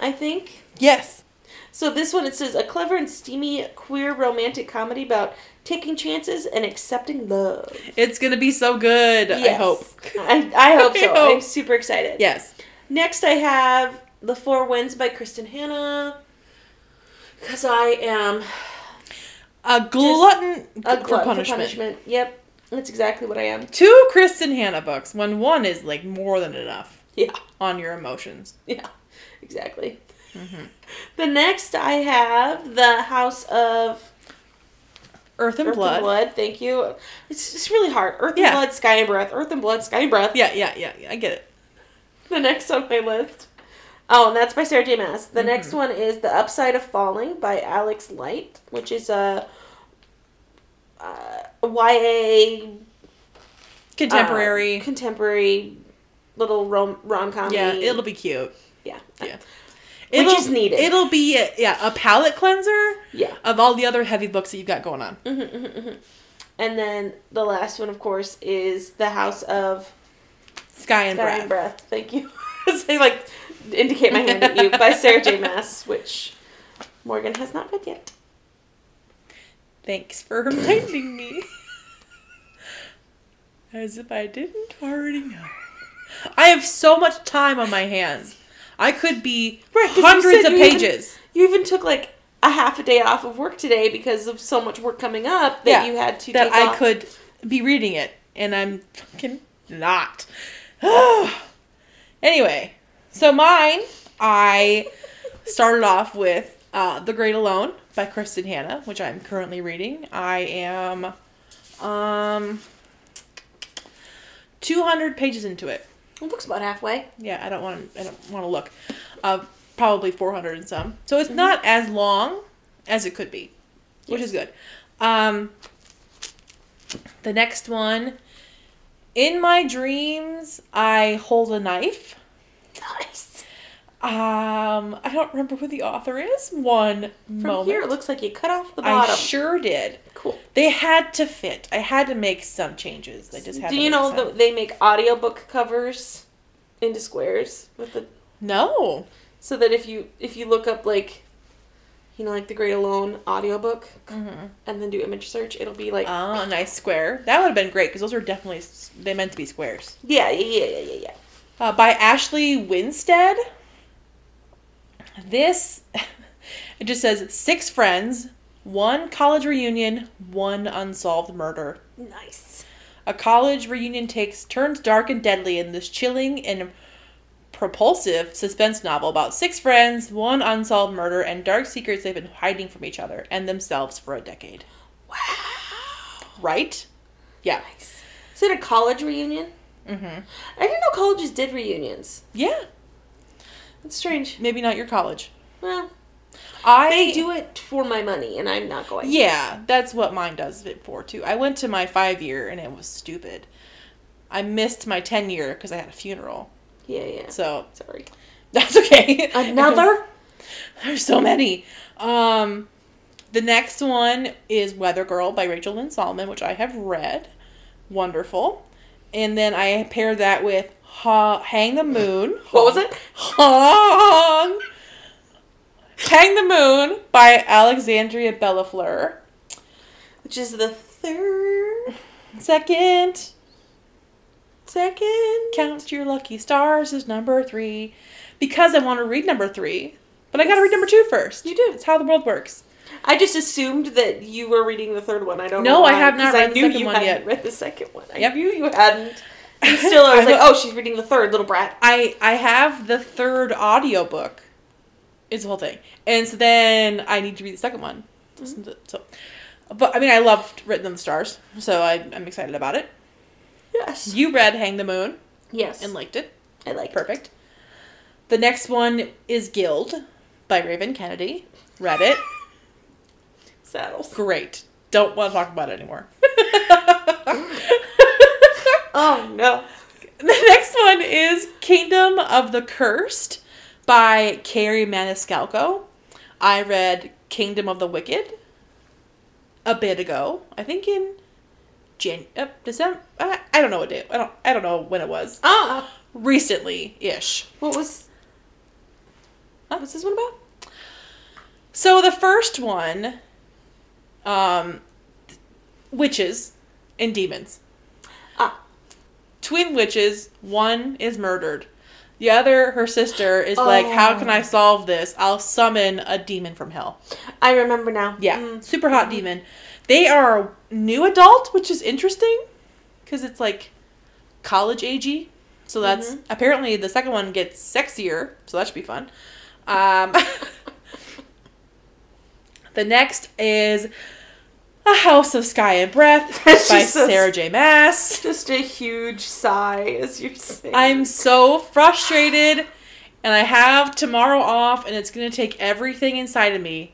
B: I think.
A: Yes.
B: So this one it says a clever and steamy queer romantic comedy about taking chances and accepting love.
A: It's gonna be so good. I
B: Yes.
A: hope.
B: I, I hope so.
A: [laughs] I hope.
B: I'm super excited.
A: Yes.
B: Next I have The Four Winds by Kristen Hanna. Cause I am
A: A glutton,
B: a
A: for,
B: glutton
A: punishment.
B: for punishment. Yep. That's exactly what I am. [laughs]
A: Two Kristen Hanna books. When one is like more than enough
B: Yeah.
A: on your emotions.
B: Yeah, exactly.
A: Mm-hmm.
B: [laughs] The next I have the House of
A: Earth and
B: Earth
A: Blood.
B: and Blood. Thank you. It's it's really hard. Earth
A: Yeah.
B: and Blood, Sky and Breath. Earth and Blood, Sky and Breath.
A: Yeah, yeah, yeah, yeah. I get it.
B: [laughs] The next on my list. Oh, and that's by Sarah J. Mass.
A: Mm-hmm.
B: The next one is The Upside of Falling by Alex Light, which is a, uh YA uh,
A: Contemporary.
B: contemporary little rom rom com.
A: yeah, it'll be cute.
B: yeah
A: Yeah.
B: Which
A: It'll-
B: is needed.
A: It'll be a, yeah a palate cleanser
B: yeah.
A: of all the other heavy books that you've got going on.
B: Mhm, mhm, mhm. And then the last one, of course, is the House of
A: Sky and
B: Sky
A: Breath.
B: and Breath. Thank you. [laughs] As I like indicate my hand at you by Sarah J. Mass, which Morgan has not read yet.
A: Thanks for reminding me. As if I didn't already know. I have so much time on my hands. I could be
B: Right, 'cause you
A: hundreds of
B: said you even-
A: pages.
B: You even took like a half a day off of work today because of so much work coming up that
A: Yeah,
B: you had to
A: that
B: take
A: I
B: off.
A: could be reading it, and I'm fucking not. [sighs] anyway, so mine, I started off with uh, The Great Alone by Kristen Hanna, which I'm currently reading. I am um 200 pages into it.
B: It looks about halfway.
A: Yeah, I don't want to. I don't want to look. Uh, probably 400 and some. So
B: Mm-hmm.
A: it's not as long as it could be, which is good. Um, the next one, in my dreams, I hold a knife.
B: Nice.
A: Um, I don't remember who the author is. One
B: From
A: moment.
B: here, it looks like you cut off the
A: I
B: bottom.
A: sure did.
B: cool.
A: They had to fit. I had to make some changes. They just had.
B: Do
A: to
B: you
A: make
B: know
A: some.
B: that they make audiobook covers into squares with the
A: No.
B: so that if you if you look up like you know like the great alone audiobook
A: Mhm.
B: and then do image search it'll be like
A: Oh, a nice square. That would have been great because those are definitely s- they meant to be squares.
B: yeah yeah yeah yeah yeah
A: uh, by Ashley Winstead. This [laughs] it just says six friends, one college reunion, one unsolved murder.
B: nice
A: A college reunion takes turns dark and deadly in this chilling and propulsive suspense novel about six friends, one unsolved murder, and dark secrets they've been hiding from each other and themselves for a decade.
B: Wow.
A: Right? Yeah.
B: Nice. Is it a college reunion?
A: Mm-hmm.
B: I didn't know colleges did reunions.
A: Yeah.
B: That's strange.
A: Maybe not your college.
B: Well,
A: I
B: they do it for my money, and I'm not going.
A: Yeah, that's what mine does it for too. I went to my five year and it was stupid. I missed my ten year because I had a funeral.
B: Yeah, yeah.
A: So
B: Sorry.
A: [laughs] that's okay.
B: Another?
A: [laughs] There's so many. Um, the next one is Weather Girl by Rachel Lynn Solomon, which I have read. Wonderful. And then I pair that with ha- Hang the Moon.
B: [laughs] What was it?
A: Hong. Hang the Moon by Alexandria Bellafleur.
B: Which is the third,
A: Second,
B: second.
A: Count Your Lucky Stars is number three. Because I want to read number three, but I got to read number two first.
B: You do.
A: It's how the world works.
B: I just assumed that you were reading the third one. I don't
A: No,
B: know.
A: I
B: why,
A: have not
B: 'cause
A: read the second
B: you
A: one
B: hadn't
A: yet.
B: read the second one. I
A: Yep.
B: knew you hadn't.
A: [laughs]
B: And still, I was like, oh, she's reading the third, little brat.
A: I I have the third audiobook. It's the whole thing. And so then I need to read the second one.
B: Mm-hmm.
A: Listen to- So but I mean I loved Written in the Stars, so I, I'm excited about it.
B: Yes.
A: You read Hang the Moon
B: Yes.
A: and liked it.
B: I like
A: Perfect. The next one is Guild by Raven Kennedy. Read it.
B: saddles.
A: Great. Don't want to talk about it anymore. [laughs]
B: Oh no.
A: The next one is Kingdom of the Cursed by Carrie Maniscalco. I read Kingdom of the Wicked a bit ago. I think in Jan uh, December. I, I don't know what day. I don't. I don't know when it was.
B: Ah,
A: Recently ish.
B: what was? What was this one about?
A: So the first one, um, witches and demons.
B: Ah,
A: twin witches. One is murdered. The other, her sister, is like, How can I solve this? I'll summon a demon from hell.
B: I remember now.
A: Yeah.
B: Mm.
A: Super hot demon. They are a new adult, which is interesting because it's like college agey. So that's apparently the second one gets sexier. So that should be fun. Um, [laughs] the next is A House of Sky and Breath by
B: She says-
A: Sarah J. Mass.
B: Just a huge sigh as you're saying.
A: I'm so frustrated, and I have tomorrow off, and it's gonna take everything inside of me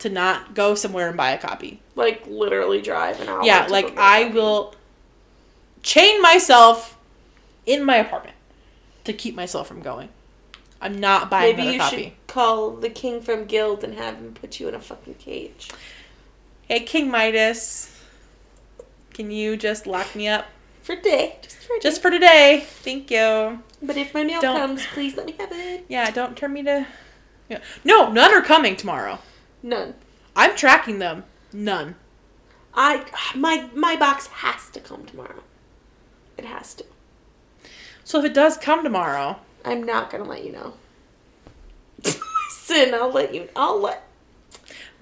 A: to not go somewhere and buy a copy.
B: like literally drive an hour.
A: yeah,
B: to go
A: like
B: get
A: I
B: that.
A: will chain myself in my apartment to keep myself from going. I'm not buying
B: Maybe
A: another
B: you
A: copy.
B: should call the king from guild and have him put you in a fucking cage.
A: Hey, King Midas, can you just lock me up
B: For day. Just for a
A: just
B: day.
A: for today? Thank you.
B: But if my mail
A: Don't-
B: comes, please let me have it.
A: Yeah, don't turn me to. Yeah. No, none are coming tomorrow.
B: None.
A: I'm tracking them. None.
B: I my my box has to come tomorrow. It has to.
A: So if it does come tomorrow,
B: I'm not gonna let you know. [laughs] Listen, I'll let you. I'll let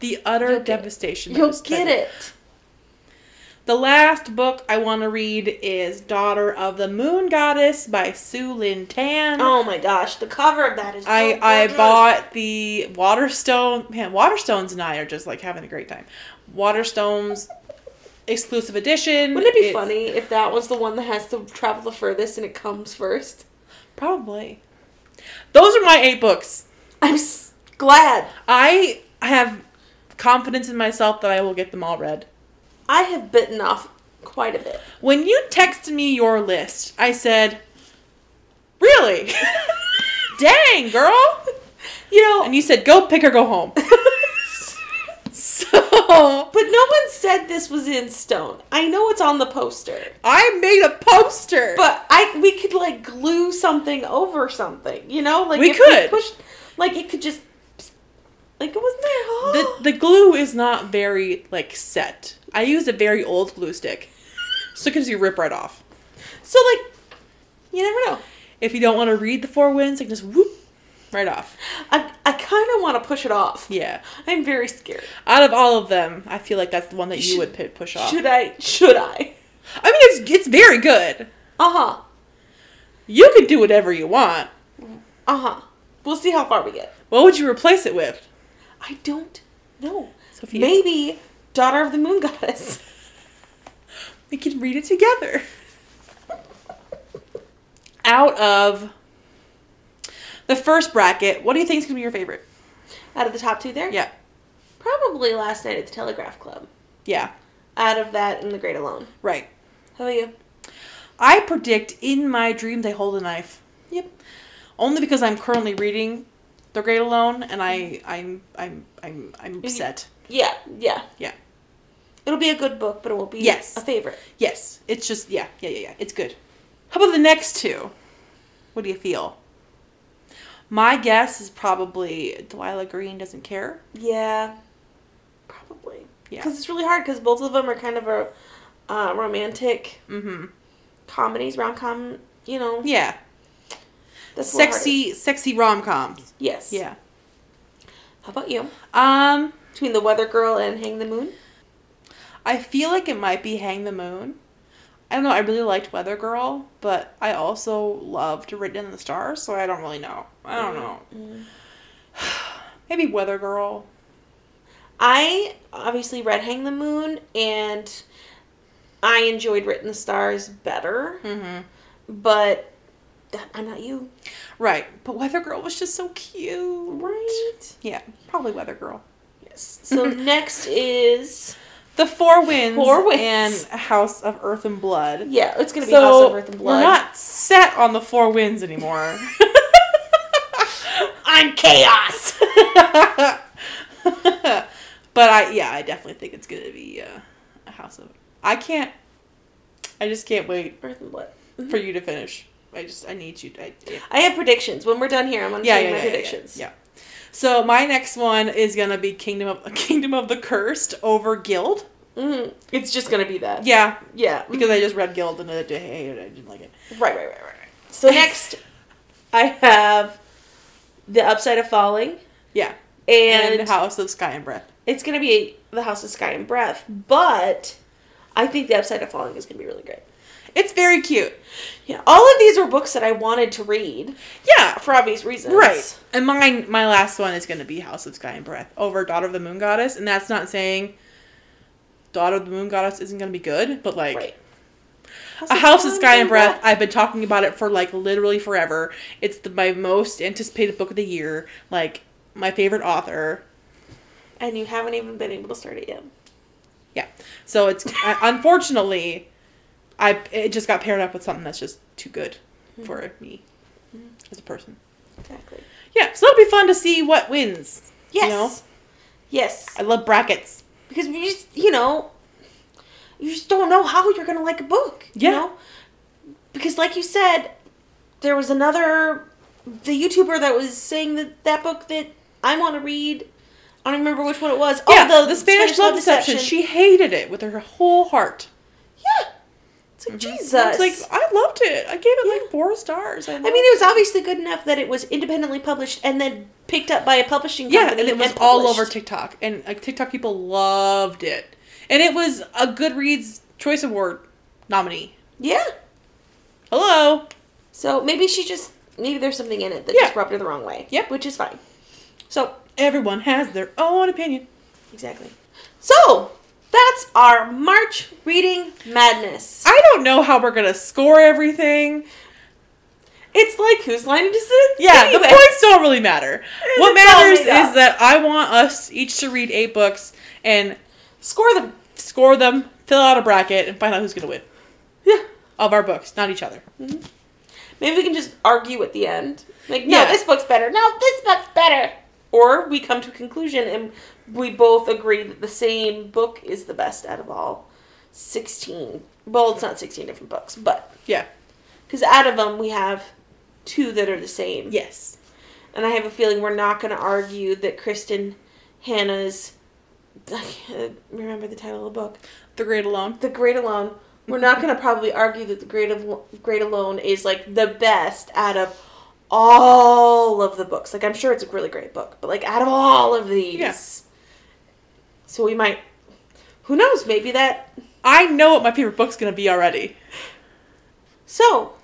A: the utter
B: You'll get it.
A: devastation. that
B: you'll
A: was
B: get
A: said.
B: it.
A: The last book I want to read is Daughter of the Moon Goddess by Sue Lin Tan.
B: Oh my gosh, the cover of that is. so
A: I, I
B: gorgeous.
A: bought the Waterstone. Man, Waterstones and I are just like having a great time. Waterstones exclusive edition.
B: Wouldn't it be
A: It's-
B: funny if that was the one that has to travel the furthest and it comes first?
A: Probably. Those are my eight books.
B: I'm s- glad.
A: I have confidence in myself that I will get them all read.
B: I have bitten off quite a bit. [laughs]
A: When you texted me your list, I said, Really? [laughs] Dang, girl.
B: You know,
A: And you said, Go pick or go home. [laughs] So
B: but no one said this was in stone. I know it's on the poster,
A: I made a poster.
B: but I we could like glue something over something. You know, like
A: We
B: if
A: could.
B: pushed, like it could just like it wasn't there.
A: the, the glue is not very like set. I used a very old glue stick. So it gives you rip right off.
B: so like, you never know.
A: If you don't want to read the four winds, I can just whoop right off.
B: I I kind of want to push it off.
A: Yeah.
B: I'm very scared.
A: Out of all of them, I feel like that's the one that you,
B: Should-
A: would would pu- push off.
B: Should I? Should I?
A: I mean, it's it's very good.
B: Uh huh.
A: You can do whatever you want.
B: Uh huh. We'll see how far we get.
A: What would you replace it with?
B: I don't know.
A: Sophia.
B: Maybe Daughter of the Moon Goddess.
A: We could read it together. Out of the first bracket, what do you think is going to be your favorite?
B: Out of the top two there?
A: Yeah.
B: Probably Last Night at the Telegraph Club.
A: Yeah.
B: Out of that and The Great Alone.
A: Right.
B: How about you?
A: I predict in my dreams I hold a knife.
B: Yep.
A: Only because I'm currently reading The Great Alone and I I'm I'm I'm I'm upset.
B: Yeah, yeah.
A: Yeah.
B: It'll be a good book, but it won't be
A: Yes.
B: a favorite.
A: Yes. It's just yeah, yeah, yeah, yeah. It's good. How about the next two? What do you feel? My guess is probably Delilah Green doesn't care.
B: Yeah. Probably.
A: Yeah.
B: Because it's really hard because both of them are kind of a uh, romantic
A: Mm-hmm.
B: comedies, rom com, you know.
A: Yeah.
B: That's a little harder.
A: Sexy sexy rom coms.
B: Yes.
A: Yeah.
B: How about you?
A: Um
B: Between The Weather Girl and Hang the Moon?
A: I feel like it might be Hang the Moon. I don't know. I really liked Weather Girl, but I also loved Written in the Stars, so I don't really know. I don't know.
B: Mm.
A: Maybe Weather Girl.
B: I obviously read Hang the Moon and I enjoyed Written the Stars better,
A: Mm-hmm.
B: but that- I'm not you.
A: Right. But Weather Girl was just so cute. Yeah, probably Weather Girl.
B: Yes.
A: [laughs]
B: So next is.
A: The Four Winds,
B: Four Winds.
A: and House of Earth and Blood.
B: Yeah, it's going to be
A: so
B: House of Earth and Blood.
A: we're not set on the Four Winds anymore.
B: [laughs]
A: [laughs]
B: I'm
A: [laughs]
B: chaos!
A: but I yeah, I definitely think it's gonna be uh, a house of. I can't. I just can't wait
B: Earth and Blood.
A: for you to finish. I just I need you. To, I, yeah,
B: I have predictions. When we're done here, I'm going to
A: yeah,
B: tell
A: yeah,
B: you
A: yeah,
B: my
A: yeah,
B: predictions.
A: yeah, yeah. So my next one is gonna be Kingdom of [laughs] Kingdom of the Cursed over Guild.
B: Mhm. It's just going to be that.
A: Yeah,
B: Yeah. Mm-hmm.
A: because I just read Guild and I did- I hated it. I didn't like it.
B: Right, right, right, right, right.
A: [laughs]
B: So next, I have The Upside of Falling
A: Yeah,
B: and,
A: and House of Sky and Breath.
B: It's gonna be the House of Sky and Breath, but I think the Upside of Falling is gonna be really good.
A: It's very cute.
B: Yeah, all of these were books that I wanted to read
A: Yeah,
B: for obvious reasons.
A: Right. And mine my last one is gonna be House of Sky and Breath over Daughter of the Moon Goddess, and that's not saying Daughter of the Moon Goddess isn't gonna be good, but like
B: Right.
A: A House of Sky and Breath, I've been talking about it for like literally forever. It's the, my most anticipated book of the year, like my favorite author.
B: and you haven't even been able to start it yet.
A: Yeah. So it's uh, unfortunately I it just got paired up with something that's just too good for me as a person.
B: Exactly.
A: Yeah, so it'll be fun to see what wins.
B: Yes.
A: know?
B: Yes.
A: I love brackets.
B: because we just you know you just don't know how you're gonna like a book
A: Yeah.
B: you know because like you said there was another the youtuber that was saying that that book that i want to read i don't remember which one it was Oh,
A: yeah, the, Spanish, love deception. She hated it with her whole heart.
B: yeah Mm-hmm. it's like jesus
A: It's like I loved it. I gave it
B: Yeah.
A: like four stars. I,
B: i mean it was obviously good enough that it was independently published and then picked up by a publishing company
A: yeah, and it was all over
B: published.
A: TikTok, and like TikTok people loved it, and it was a Goodreads Choice Award nominee.
B: yeah
A: Hello.
B: so maybe she just maybe there's something in it that
A: Yeah.
B: just rubbed her the wrong way
A: Yep.
B: which is fine so
A: Everyone has their own opinion.
B: Exactly. So that's our March reading madness.
A: I don't know how we're gonna score everything.
B: It's like whose line is it? [laughs]
A: Yeah,
B: Anyway.
A: the points don't really matter. What
B: It's all
A: matters
B: made up.
A: is that I want us each to read eight books and
B: Score them.
A: score them, fill out a bracket, and find out who's gonna win.
B: Yeah.
A: of our books, not each other.
B: Maybe we can just argue at the end. Like, no,
A: Yeah.
B: this book's better. No, this book's better. Or we come to a conclusion and we both agree that the same book is the best out of all 16. Well, it's not 16 different books, but
A: Yeah.
B: because out of them we have two that are the same.
A: Yes.
B: And I have a feeling we're not going to argue that Kristen Hannah's. I can't remember the title of the book.
A: The Great Alone.
B: The Great Alone. We're not going to probably argue that The Great, Al- Great Alone is like the best out of all of the books. Like, I'm sure it's a really great book, but like out of all of these.
A: Yeah.
B: So we might. Who knows? Maybe that.
A: I know [laughs] what my favorite book's gonna be already.
B: So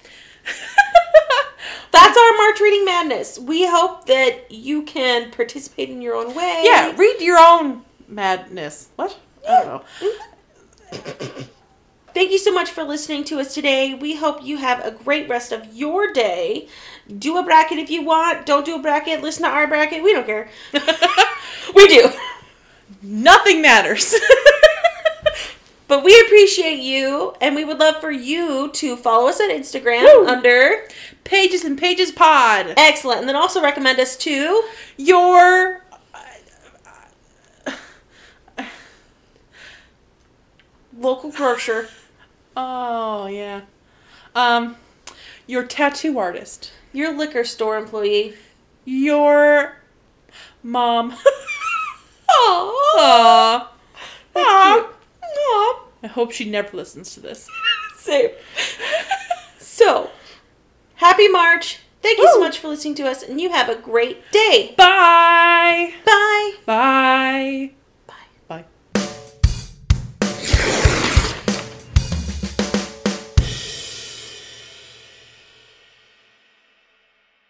B: That's our March Reading Madness. We hope that you can participate in your own way.
A: Yeah, read your own madness. What? I don't know.
B: Thank you so much for listening to us today. We hope you have a great rest of your day. Do a bracket if you want. Don't do a bracket. Listen to our bracket. We don't care. [laughs] we do.
A: Nothing matters. [laughs]
B: But we appreciate you, and we would love for you to follow us on Instagram
A: Woo.
B: under
A: pages and pages pod.
B: excellent, and then also recommend us to
A: Your.
B: local grocer,
A: Oh yeah. Um, your tattoo artist.
B: your liquor store employee.
A: Your mom. [laughs]
B: Oh,
A: Aw.
B: that's
A: Aw.
B: cute. Aw.
A: I hope she never listens to this. [laughs]
B: Same. So, happy March. Thank you so
A: Woo.
B: much for listening to us, and you have a great day.
A: Bye.
B: Bye.
A: Bye.